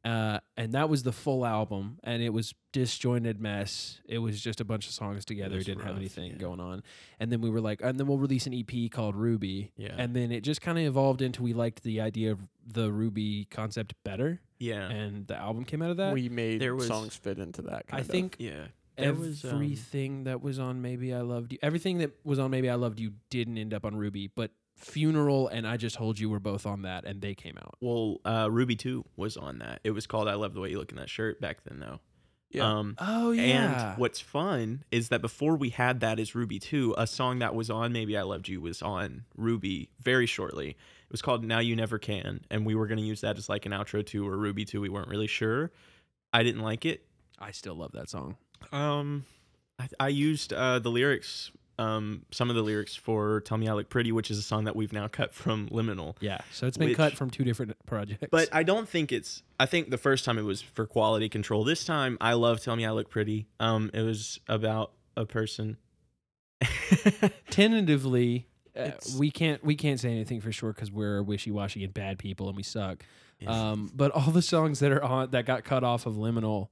Uh, and that was the full album, and it was disjointed mess. It was just a bunch of songs together. was didn't have rough, anything yeah. going on. And then we were like, and then we'll release an EP called Ruby. Yeah. And then it just kind of evolved into we liked the idea of the Ruby concept better, yeah, and the album came out of that. we made There was- songs fit into that. I kind of. think yeah. There was, um, everything that was on Maybe I Loved You, everything that was on Maybe I Loved You didn't end up on Ruby, but Funeral and I Just Hold You were both on that, and they came out. Well, uh, Ruby Two was on that. It was called "I Love the Way You Look in That Shirt" back then, though. Yeah. Um, Oh yeah. and what's fun is that before we had that as Ruby 2, a song that was on Maybe I Loved You was on Ruby very shortly. It was called Now You Never Can. And we were going to use that as like an outro to or Ruby 2. We weren't really sure. I didn't like it. I still love that song. Um, I, I used uh, the lyrics, um, some of the lyrics for Tell Me I Look Pretty, which is a song that we've now cut from Liminal. Yeah. So it's been Which- cut from two different projects. But I don't think it's. I think the first time it was for quality control. This time, I love "Tell Me I Look Pretty." Um, it was about a person. tentatively, uh, It's- we can't we can't say anything for sure because we're wishy washy and bad people and we suck. Um, but all the songs that are on that got cut off of Liminal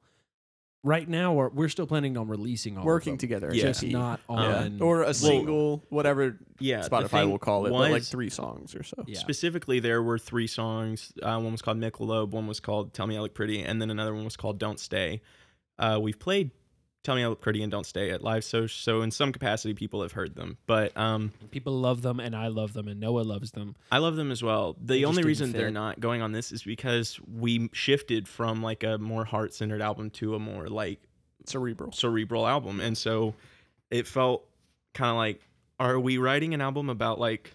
right now are we're still planning on releasing all of Working them, together, as Yeah. a just EP. not Um, on or a Liminal. single, whatever yeah, the Spotify thing will call it, but like was- three songs or so. Yeah. Specifically, there were three songs. Uh, one was called Michelob, one was called Tell Me I Look Pretty, and then another one was called Don't Stay. Uh, we've played Tell Me I Look Pretty and Don't Stay at live, so so in some capacity, people have heard them. But um, People love them and I love them and Noah loves them. I love them as well. The just only didn't reason they're fit. not going on this is because we shifted from like a more heart centered album to a more like Cerebral. cerebral album. And so it felt kind of like, are we writing an album about like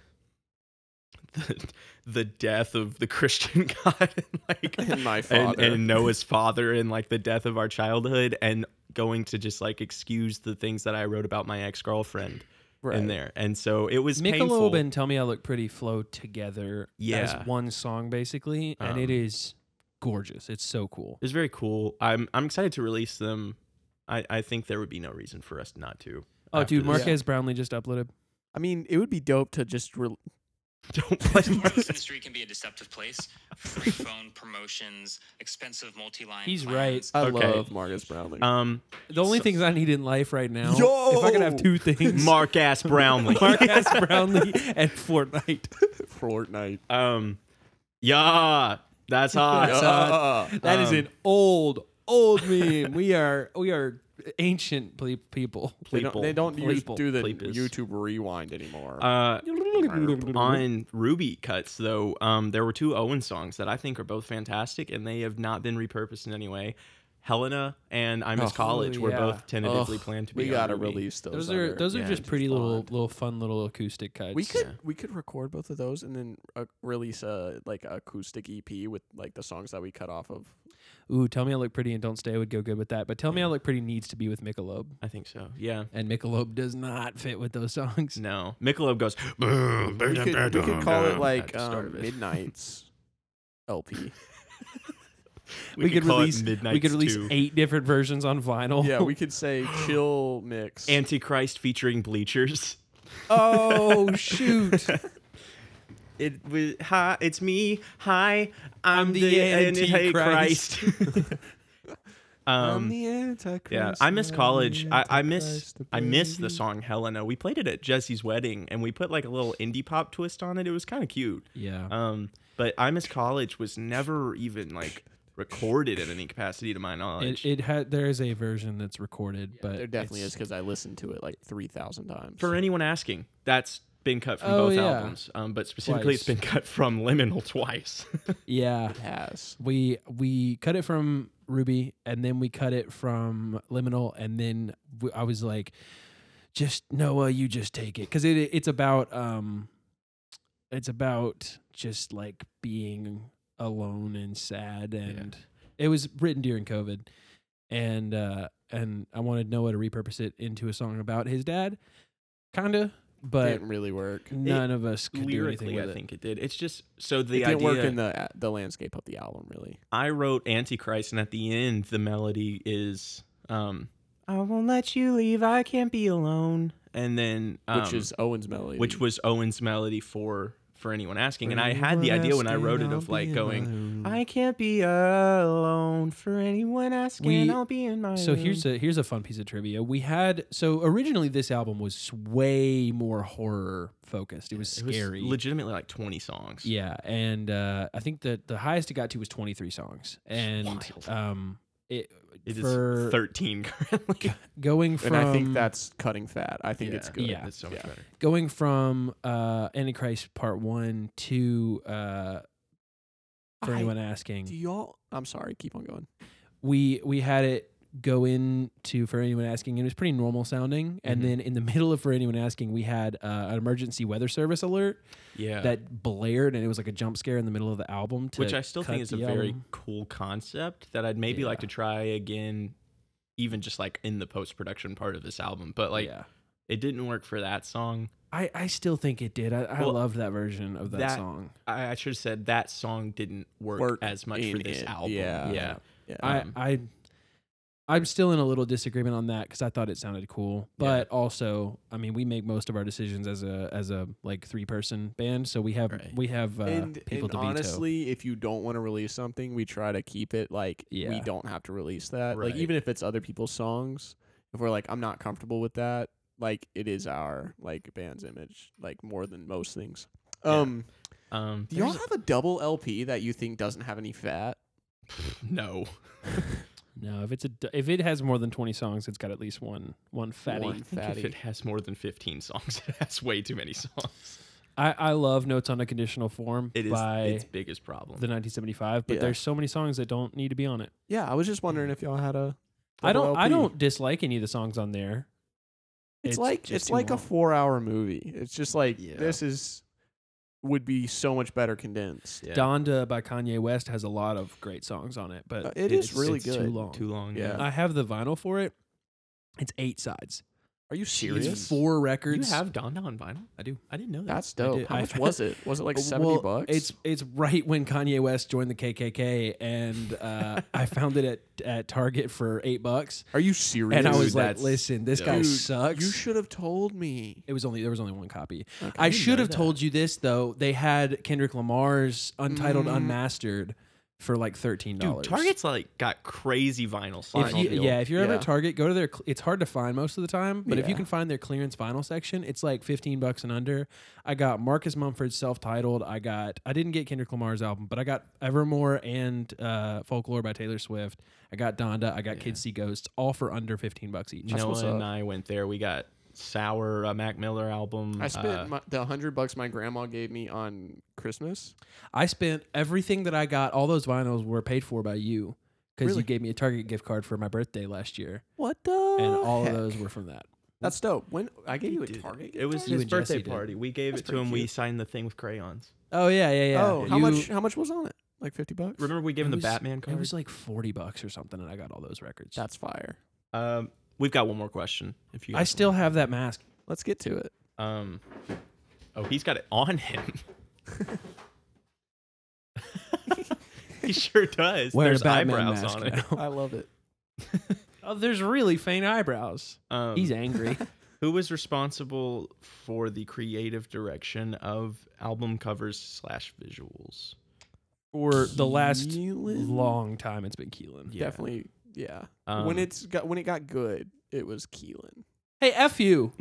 the, the death of the Christian God and like And my and, father. and Noah's father and like the death of our childhood and going to just like excuse the things that I wrote about my ex girlfriend in there. And so it was painful. Michelob and Tell Me I Look Pretty flow together Yeah. as one song basically, and it Um, is gorgeous. It's so cool. It's very cool. I'm I'm excited to release them. I, I think there would be no reason for us not to. Oh, after dude, this. Marquez Brownlee just uploaded. I mean, it would be dope to just. Re- Don't play This Marquez. industry can be a deceptive place. Free phone promotions, expensive multi-line. He's plans. right. I Okay. love Marcus Brownlee. Um, The only So- things I need in life right now, if I could have two Yo! things, Mark ass Brownlee. Marquez Brownlee and Fortnite. Fortnite. Um, yeah, that's hot. That's Uh, That is Um, an old, old meme. we are we are ancient ple- people. they don't, they don't use, Pleeple. do the Pleepus. YouTube rewind anymore. Uh, on Ruby cuts though, um, there were two Owen songs that I think are both fantastic, and they have not been repurposed in any way. Helena and I Miss Oh, College were yeah. both tentatively Ugh, planned to be. we on gotta Ruby. release those. Those are under- those are yeah, just it's pretty little fun. little fun little acoustic cuts. We could we could record both of those and then uh, release a like acoustic EP with like the songs that we cut off of. Ooh, tell me I look pretty and don't stay would go good with that. But tell me I look pretty needs to be with Michelob, I think so. Yeah. and Michelob does not fit with those songs. No. Michelob goes. We could, we could call it At like the start um, of it. Midnight's LP. We, could, release release Midnight. we could release eight different versions on Oh. vinyl. Yeah, we could say chill mix. Antichrist featuring Bleachers. oh shoot. It was hi. It's me. Hi, I'm, the the Antichrist. Antichrist. um, the Antichrist. yeah, I miss I'm college. the I, I miss Antichrist, I miss the baby. song Helena. We played it at Jesse's wedding, and we put like a little indie pop twist on it. It was kind of cute. Yeah. Um, but I miss college was never even like recorded in any capacity to my knowledge. It, it had there is a version that's recorded, but There definitely is it's- because I listened to it like three thousand times. for anyone asking, that's been cut from Oh, both yeah. albums. Um, but specifically, it's Twice. been cut from Liminal twice. Yeah, has. we we cut it from Ruby, and then we cut it from Liminal, and then w I I was like, just Noah, you just take it because it it's about um, it's about just like being alone and sad, and it was written during COVID, and uh, and I wanted Noah to repurpose it into a song about his dad, kinda, but. didn't really work. None of us could do anything Lyrically, with I it. think it did. It's just so It the didn't idea. work in the uh, the landscape of the album really. I wrote Antichrist, and at the end, the melody is um, "I won't let you leave. I can't be alone." And then, um, which is Owen's melody. which was Owen's melody for for anyone asking. and I had the idea when I wrote it of like going, Um, "I can't be alone for anyone asking. We- I'll be in my." So here's room." a here's a fun piece of trivia. We had so originally this album was way more horror focused. It was It was scary. legitimately like twenty songs. yeah, and uh, I think that the highest it got to was 23 songs, and wild. um, it, it is for thirteen currently. going from and I think that's cutting fat. I think it's Yeah. good. Yeah. It's so much Yeah. better. going from uh, Antichrist Part One to uh, for I- anyone Do asking, y'all? I'm sorry. Keep on going. we we had it go into for anyone asking, and it was pretty normal sounding. And Mm-hmm. then in the middle of for anyone asking, we had uh, an emergency weather service alert Yeah. that blared, and it was like a jump scare in the middle of the album. To Which I still think cut is a the very album. cool concept that I'd maybe like to try again, even just like in the post production part of this album. But like, yeah. it didn't work for that song. I, I still think it did. I, I Well, loved that version of that, that- song. I, I should have said that song didn't work, Work as much for in this it, album. yeah. yeah. Yeah. Um, Uh, I I I'm still in a little disagreement on that because I thought it sounded cool, but also I mean we make most of our decisions as a as a like three person band, so we have Right. we have uh, and, people and to veto. honestly, if you don't want to release something, we try to keep it like we Yeah. don't have to release that. Right. Like even if it's other people's songs, if we're like I'm not comfortable with that, like it is our like band's image, like more than most things. Yeah. Um, Um, do y'all there's- have a double LP that you think doesn't have any fat? no. No, if it's a d- if it has more than twenty songs, it's got at least one one fatty. One I think if fatty. it has more than 15 songs, it has way too many songs. I I love notes on a conditional form It is by its biggest problem. the 1975, but Yeah. there's so many songs that don't need to be on it. Yeah, I was just wondering if y'all had a. I don't double I LP. don't dislike any of the songs on there. It's, It's like just it's too like a long. four-hour movie. It's just like Yeah. this is would be so much better condensed. Yeah. Donda by Kanye West has a lot of great songs on it, but Uh, it is it's- really it's Too good. long. Too long. Yeah. I have the vinyl for it. It's eight sides. Are you serious? It's four You records. have Donda on vinyl? I do. I didn't know that. That's I dope. did- How I- Oh, much was it? Was it like seventy Well, bucks? It's it's right when Kanye West joined the KKK, and uh, I found it at at Target for eight bucks, Are you serious? and I was like, that's- "Listen, this yeah. guy Dude, sucks." You should have told me. it was only there was only one copy. I know should have that. told you this though. They had Kendrick Lamar's Untitled Mm-hmm. Unmastered for like thirteen Dude, dollars. Target's like got crazy vinyl. If vinyl you- deal. yeah, if you're ever Yeah. at Target, go to their. cl- It's hard to find most of the time, but if you Yeah. can find their clearance vinyl section, it's like 15 bucks and under. I got Marcus Mumford's self-titled. I got. I didn't get Kendrick Lamar's album, but I got Evermore and uh, Folklore by Taylor Swift. I got Donda. I got Kids See Ghosts, all for under 15 bucks each. Noah what's and up. I went there. We got Sour, a Mac Miller album. I spent uh, my, the hundred bucks my grandma gave me on Christmas. I spent everything that I got. All those vinyls were paid for by you because Really? you gave me a Target gift card for my birthday last year, What the? and all of those were from that. That's dope. When I gave you a did- Target. It was You his and Jesse birthday did. party. We gave That's it to him. pretty We cute. signed the thing with crayons. Oh yeah, yeah, yeah. Oh, how You- much? How much was on it? Like fifty bucks. Remember we gave It him the was- Batman card? It was like forty bucks or something, and I got all those records. That's fire. um, we've got one more question. If you I guys still have that mask. Let's get to it. Um, oh, he's got it on him. he sure does. Wear a There's Batman eyebrows mask on it. now. I love it. Oh, there's really faint eyebrows. Um, He's angry. who was responsible for the creative direction of album covers slash visuals? For the last Keelan? long time, it's been Keelan. Yeah. Definitely. Yeah. Um, when it's got when it got good, it was Keelan. Hey, f you.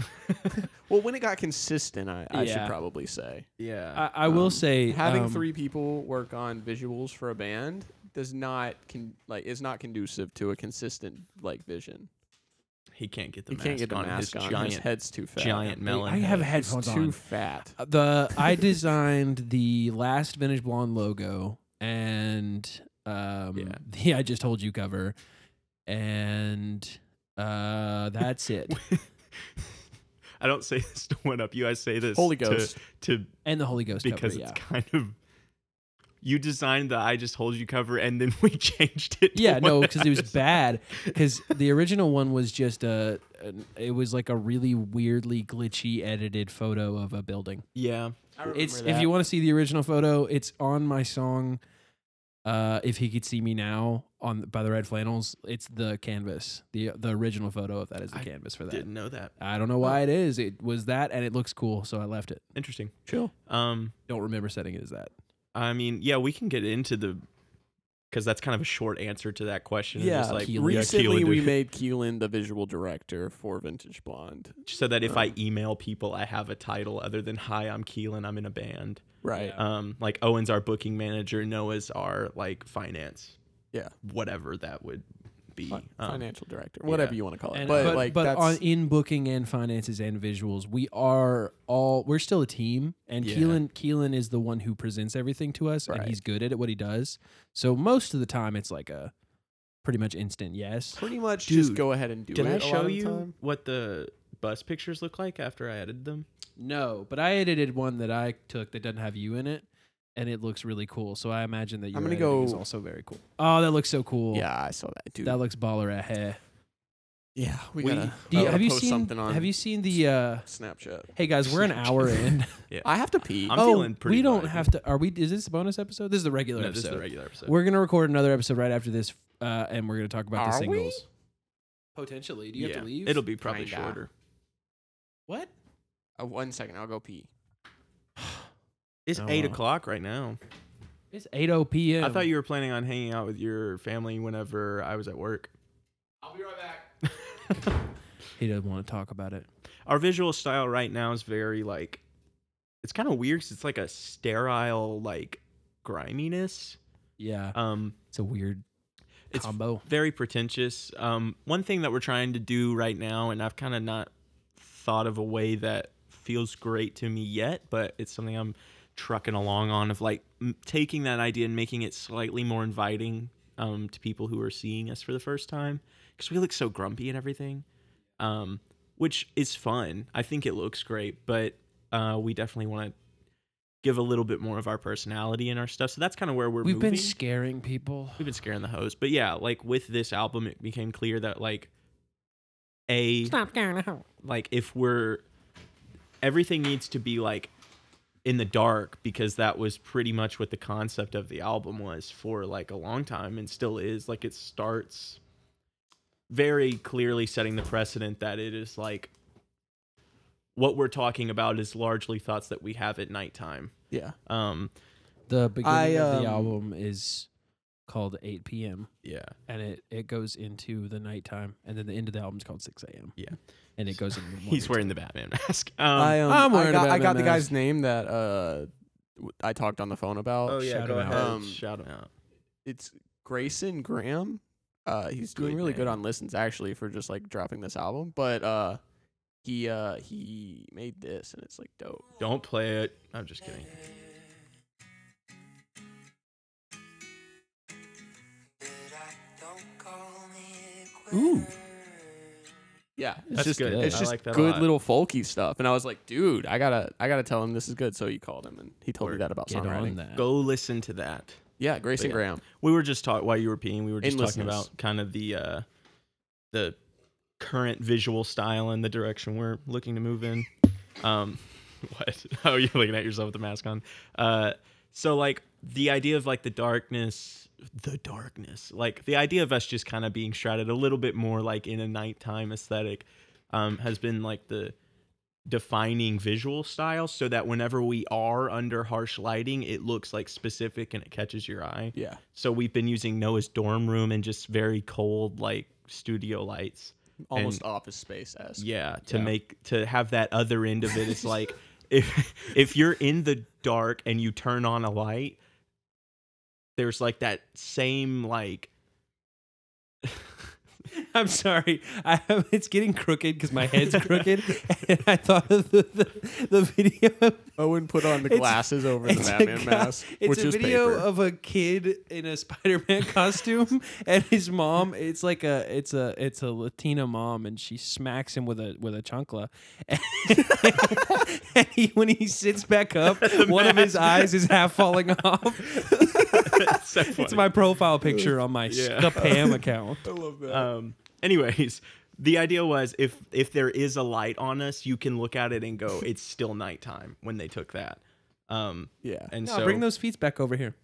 Well, when it got consistent, I, I should Yeah. probably say Yeah. I, I will Um, say having um, three people work on visuals for a band does not con- like is not conducive to a consistent like vision. he can't get the you mask can't get the on. mask his on. giant His head's too fat. giant melon. I have head. It's headphones too on. fat. the I designed the last vintage blonde logo and um Yeah. the I just told you cover, and uh that's it. I don't say this to one up you. I say this Holy to- Ghost. to, and the Holy Ghost because cover. it's yeah. kind of you designed the I just hold you cover and then we changed it. to Yeah, no, one because that it was I just- bad. Because the original one was just a, an- it was like a really weirdly glitchy edited photo of a building. Yeah. It's if you want to see the original photo, it's on my song. Uh, if he could see me now on by the red flannels, it's the canvas. the The original photo of that is the I canvas for that. Didn't know that. I don't know why it is. It was that, and it looks cool, so I left it. Interesting. Chill. Um, Don't remember setting it as that. I mean, yeah, we can get into the because that's kind of a short answer to that question. and Yeah, just like, Keelan. yeah, recently Keelan, we dude. made Keelan the visual director for Vintage Blonde. so that if I Uh. email people, I have a title other than "Hi, I'm Keelan. I'm in a band." Right. Um, like Owen's our booking manager, Noah's our like finance, Yeah. whatever that would be. Fi- Um, Financial director, whatever yeah. uh, you want to call it. And- but, like but that's on in booking and finances and visuals, we are all we're still a team, and Yeah. Keelan Keelan is the one who presents everything to us, and Right. he's good at it, what he does. So most of the time, it's like a pretty much instant yes. Pretty much just Dude, go ahead and do Did it. I a lot show of the you time. what the bus pictures look like after I edited them? No, but I edited one that I took that doesn't have you in it, and it looks really cool. So I imagine that your gonna editing is go- also very cool. Oh, that looks so cool. Yeah, I saw that, dude. that looks baller at hair. yeah, we, We- gotta. Do you, gotta have you post seen? something on Have you seen the? uh Snapchat? Hey guys, we're an hour in. I have to pee. I'm oh, feeling pretty we don't good. have to. Are we? Is this a bonus episode? This is the regular No, episode. this is the regular episode. We're gonna record another episode right after this, uh, and we're gonna talk about the Are we? singles. Potentially, do you have to leave? It'll be probably Kinda. shorter. what? Uh, one second, I'll go pee. It's Oh, eight wow. o'clock right now. It's eight oh o p.m. I thought you were planning on hanging out with your family whenever I was at work. He doesn't want to talk about it. Our visual style right now is very like, it's kind of weird 'cause it's like a sterile like griminess. Yeah, Um, it's a weird it's combo. very pretentious. Um, one thing that we're trying to do right now, and I've kind of not thought of a way that feels great to me yet, but it's something I'm trucking along on of like m- taking that idea and making it slightly more inviting um, to people who are seeing us for the first time because we look so grumpy and everything, um, which is fun. I think it looks great, but uh, we definitely want to give a little bit more of our personality and our stuff. So that's kind of where we're We've been moving scaring people. we've been scaring the host but yeah like with this album it became clear that like a Stop scaring the house. like if we're everything needs to be like in the dark because that was pretty much what the concept of the album was for like a long time and still is like it starts very clearly setting the precedent that it is like what we're talking about is largely thoughts that we have at nighttime Yeah, um The beginning I, of the um, album is called eight p.m. yeah and it it goes into the nighttime, and then the end of the album is called six a.m. Yeah. and it goes into. the he's morning. wearing the batman mask um, I um, I'm I worried got, about I got my the mask. guy's name that uh, w- I talked on the phone about. Oh yeah, Shout go him out. ahead. Um, shout him out. it's Grayson Graham. Uh, he's doing Good really good name. on listens actually for just like dropping this album, but uh, he uh he made this and it's like dope. Don't play it. I'm just kidding. Ooh, Yeah, it's That's just good. It's I just like that a good lot. little folky stuff. And I was like, dude, I gotta I gotta tell him this is good. So you called him and he told me Word. that about get on songwriting. that. Go listen to that. Yeah, Grayson But yeah. Graham. We were just talking while you were peeing. We were just And talking listeners. about kind of the uh, the current visual style and the direction we're looking to move in. Um, what? Oh, you're looking at yourself with the mask on. Uh, so like the idea of like the darkness, the darkness, like the idea of us just kind of being shrouded a little bit more like in a nighttime aesthetic, um, has been like the defining visual style so that whenever we are under harsh lighting it looks like specific and it catches your eye Yeah, so we've been using Noah's dorm room and just very cold like studio lights. almost office space esque. Yeah, to make to have that other end of it is like if if you're in the dark and you turn on a light, there's like that same like I'm sorry. I, it's getting crooked because my head's crooked, and I thought of the, the, the video. Owen put on the It's- glasses over the It's a, Batman guy- mask, it's which a is video paper. of a kid in a Spider-Man costume, and his mom. It's like a it's a it's a Latina mom, and she smacks him with a with a chancla. And, and he, when he sits back up, one of his eyes is half falling off. so It's funny. my profile picture on my Yeah. Scapam account. um anyways the idea was if if there is a light on us you can look at it and go it's still nighttime when they took that um yeah, and No, so bring those feet back over here.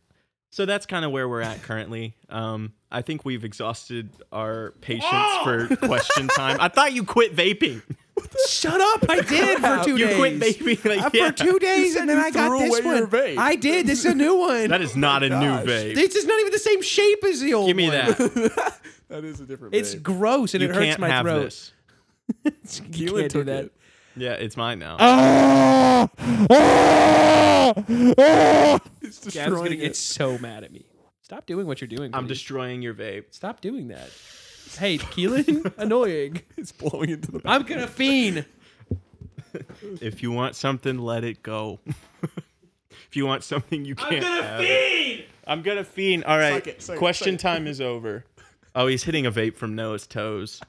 so that's kind of where we're at currently. Um, I think we've exhausted our patience for question time. I thought you quit vaping. Shut up! I did for two you days. quit vaping. Like, Uh, yeah. For two days, and then I got threw this away your one. vape. I did. This is a new one. That is not a Oh Gosh. new vape. This is not even the same shape as the old Give me one. that. You that is a different. It's vape. gross and it hurts can't my have throat. this. You can't Keelan do took that. it. Yeah, it's mine now. Um, It's Gav's destroying gonna get it. so mad at me. Stop doing what you're doing. I'm please. destroying your vape. Stop doing that. Hey, Keelan, annoying. It's blowing into the. I'm gonna fiend. If you want something, let it go. if you want something, you can't. have it. I'm gonna fiend. All right. it, suck it, question suck it. time is over. Oh, he's hitting a vape from Noah's toes.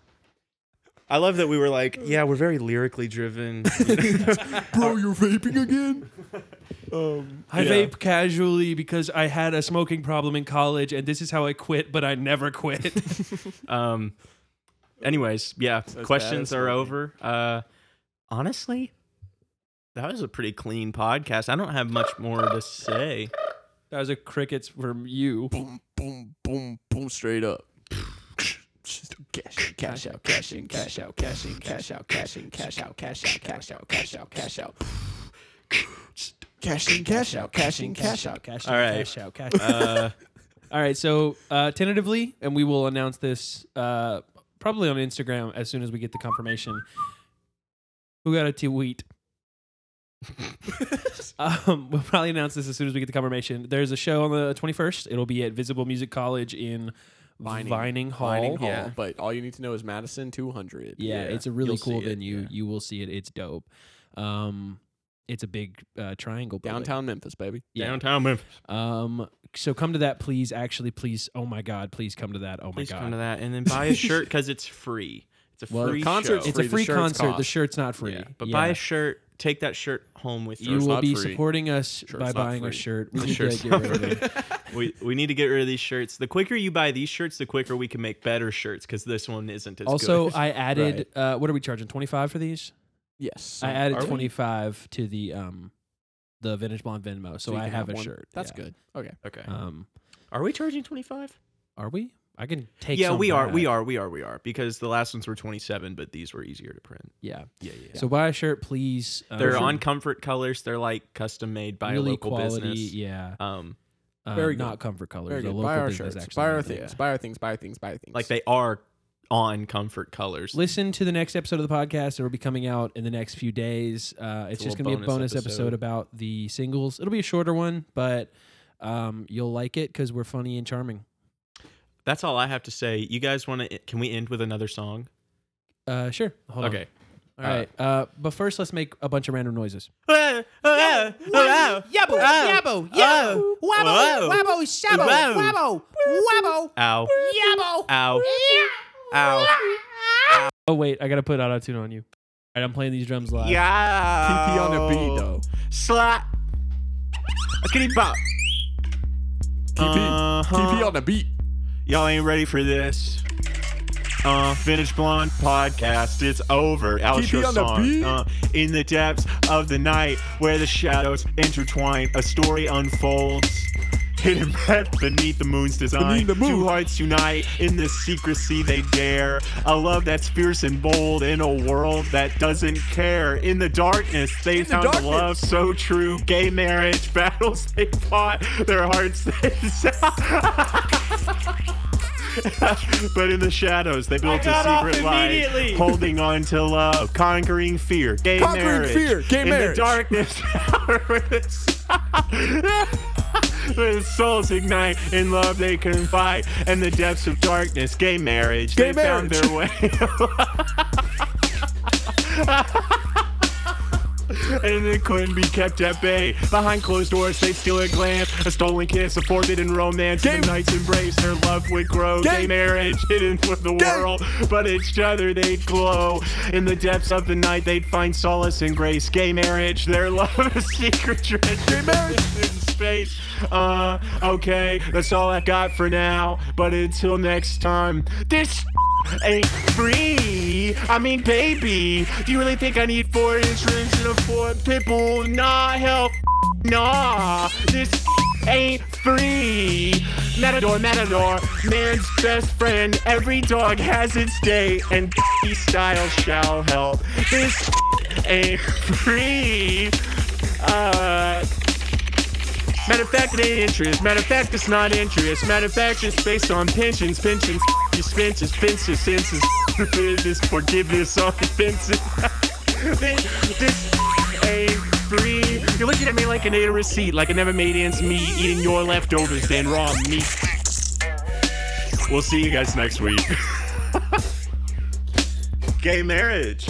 I love that we were like, yeah, we're very lyrically driven. Bro, you're vaping again? Um, I Yeah. vape casually because I had a smoking problem in college, and this is how I quit, but I never quit. um, anyways, yeah, bad questions as are can be. over. Uh, honestly, that was a pretty clean podcast. I don't have much more to say. that was a crickets from you. boom, boom, boom, boom, straight up. Just Cash, in, cash out, cash in, cash out, cash in, cash out, cash in, cash out, cash out, cash out, cash out, cash out. Cash in, cash out, cash in, cash out. cash All right. out, cash out. Uh, All right, so uh, tentatively, and we will announce this uh, probably on Instagram as soon as we get the confirmation. Who got a tweet? um, we'll probably announce this as soon as we get the confirmation. There's a show on the 21st. It'll be at Visible Music College in Vining, Hall. Vining Hall, Yeah. but all you need to know is Madison 200. Yeah, Yeah, it's a really you'll cool see it, venue. yeah. You will see it. It's dope. Um, it's a big uh, triangle. building. Downtown Memphis, baby. Yeah. Downtown Memphis. Um, so come to that, please. Actually, please. Oh my God, please come to that. Oh my Please God. come to that and then buy a shirt because it's free. It's a Well, free concert's show. It's free. a The free shirts concert. The cost. shirt's not free. Yeah, but Yeah. buy a shirt. Take that shirt home with you. You will not be free. supporting us by not buying a free. shirt. We The need to shirt's get not rid of it. we we need to get rid of these shirts. The quicker you buy these shirts, the quicker we can make better shirts because this one isn't as Also, good. I added. Uh, what are we charging? Twenty five for these. Yes. I added are we? twenty five to the um, the vintage blonde Venmo. So, you I can have, a one. shirt. That's Yeah. good. Okay. okay. Um, are we charging twenty five? are we? I can take. Yeah, some we are. We back. are. We are. We are. Because the last ones were twenty seven, but these were easier to print. Yeah. Yeah, yeah. So buy a shirt, please. Um, They're on comfort colors. They're like custom made by really a local quality. business. Yeah. Um, Uh, Very good. not comfort colors. Very a good. local Buy our business shirts. actually Buy our made them. things. Buy our things. Buy our things. Buy our things. like they are on comfort colors. listen to the next episode of the podcast it will be coming out in the next few days uh, it's, It's a just little going to be a bonus bonus episode. episode. about the singles it'll be a shorter one but um, you'll like it because we're funny and charming That's all I have to say. You guys want to? Can we end with another song? uh, sure hold Okay. on all right uh, but first let's make a bunch of random noises Yabbo, uh, yabbo, yabbo, wabbo, wabbo, shabbo, wabbo, wabbo, ow, yabbo, ow, ow. oh wait i gotta put auto tune on you all right i'm playing these drums live Yeah. TP on the beat though. Slap. Skinny bop. TP. TP on the beat. Y'all ain't ready for this. Uh, Vintage Blonde podcast. It's over. TP Outro on the song. beat. Uh, in the depths of the night, where the shadows intertwine, a story unfolds. Hidden pet beneath the moon's design. Beneath the moon. Two hearts unite in the secrecy they dare. A love that's fierce and bold in a world that doesn't care. In the darkness, they the found darkness. love so true. Gay marriage, battles they fought, their hearts they but in the shadows, they built got a off secret life, immediately. holding on to love, conquering fear, gay Conquering marriage. fear, gay in marriage. the darkness, their souls ignite in love they confide, and the depths of darkness, gay marriage. Gay they found marriage. their way. and it couldn't be kept at bay. Behind closed doors, they steal a glance, a stolen kiss, a forbidden romance. Gay- The nights embrace, their love would grow. Gay- Gay marriage hidden from the Gay- world, but each other they'd glow. In the depths of the night, they'd find solace and grace. Gay marriage, their love, a secret treasure. Gay marriage in space. Uh, okay, that's all I got for now. But until next time, this ain't free. I mean, baby, do you really think I need four insurance and a four pitbull? Nah, hell, nah, this ain't free. Matador, Matador, man's best friend. Every dog has its day, and style shall help. This ain't free. Uh. Matter of fact, it ain't interest. Matter of fact, it's not interest. Matter of fact, it's based on pensions, pensions, you spinches, pinches, senses, forgiveness, forgiveness on offenses. this, this ain't free. You're looking at me like an ate a receipt, like I never made ends meet, eating your leftovers and raw meat. We'll see you guys next week. Gay marriage.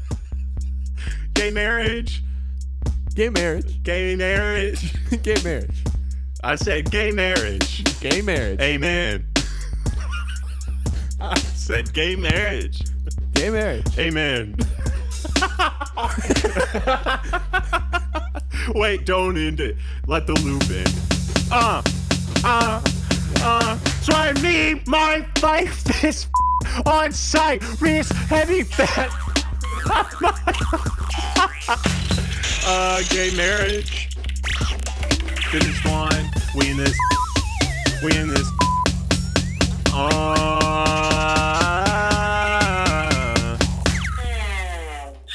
Gay marriage. Gay marriage. Gay marriage. Gay marriage. I said gay marriage. Gay marriage. Amen. said gay marriage. Gay marriage. Amen. Wait, don't end it. Let the loop in. uh, uh, uh. So I need my life this on site, wrist heavy fat. Uh, gay marriage. Goodness wine. We in this. We in this. Uh,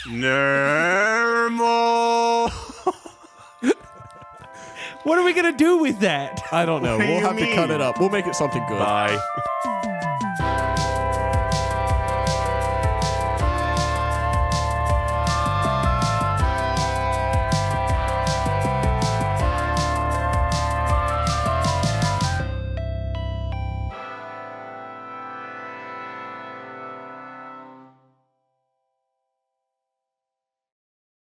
normal. What are we gonna do with that? I don't know. do We'll you have to cut mean? it up. We'll make it something good. Bye.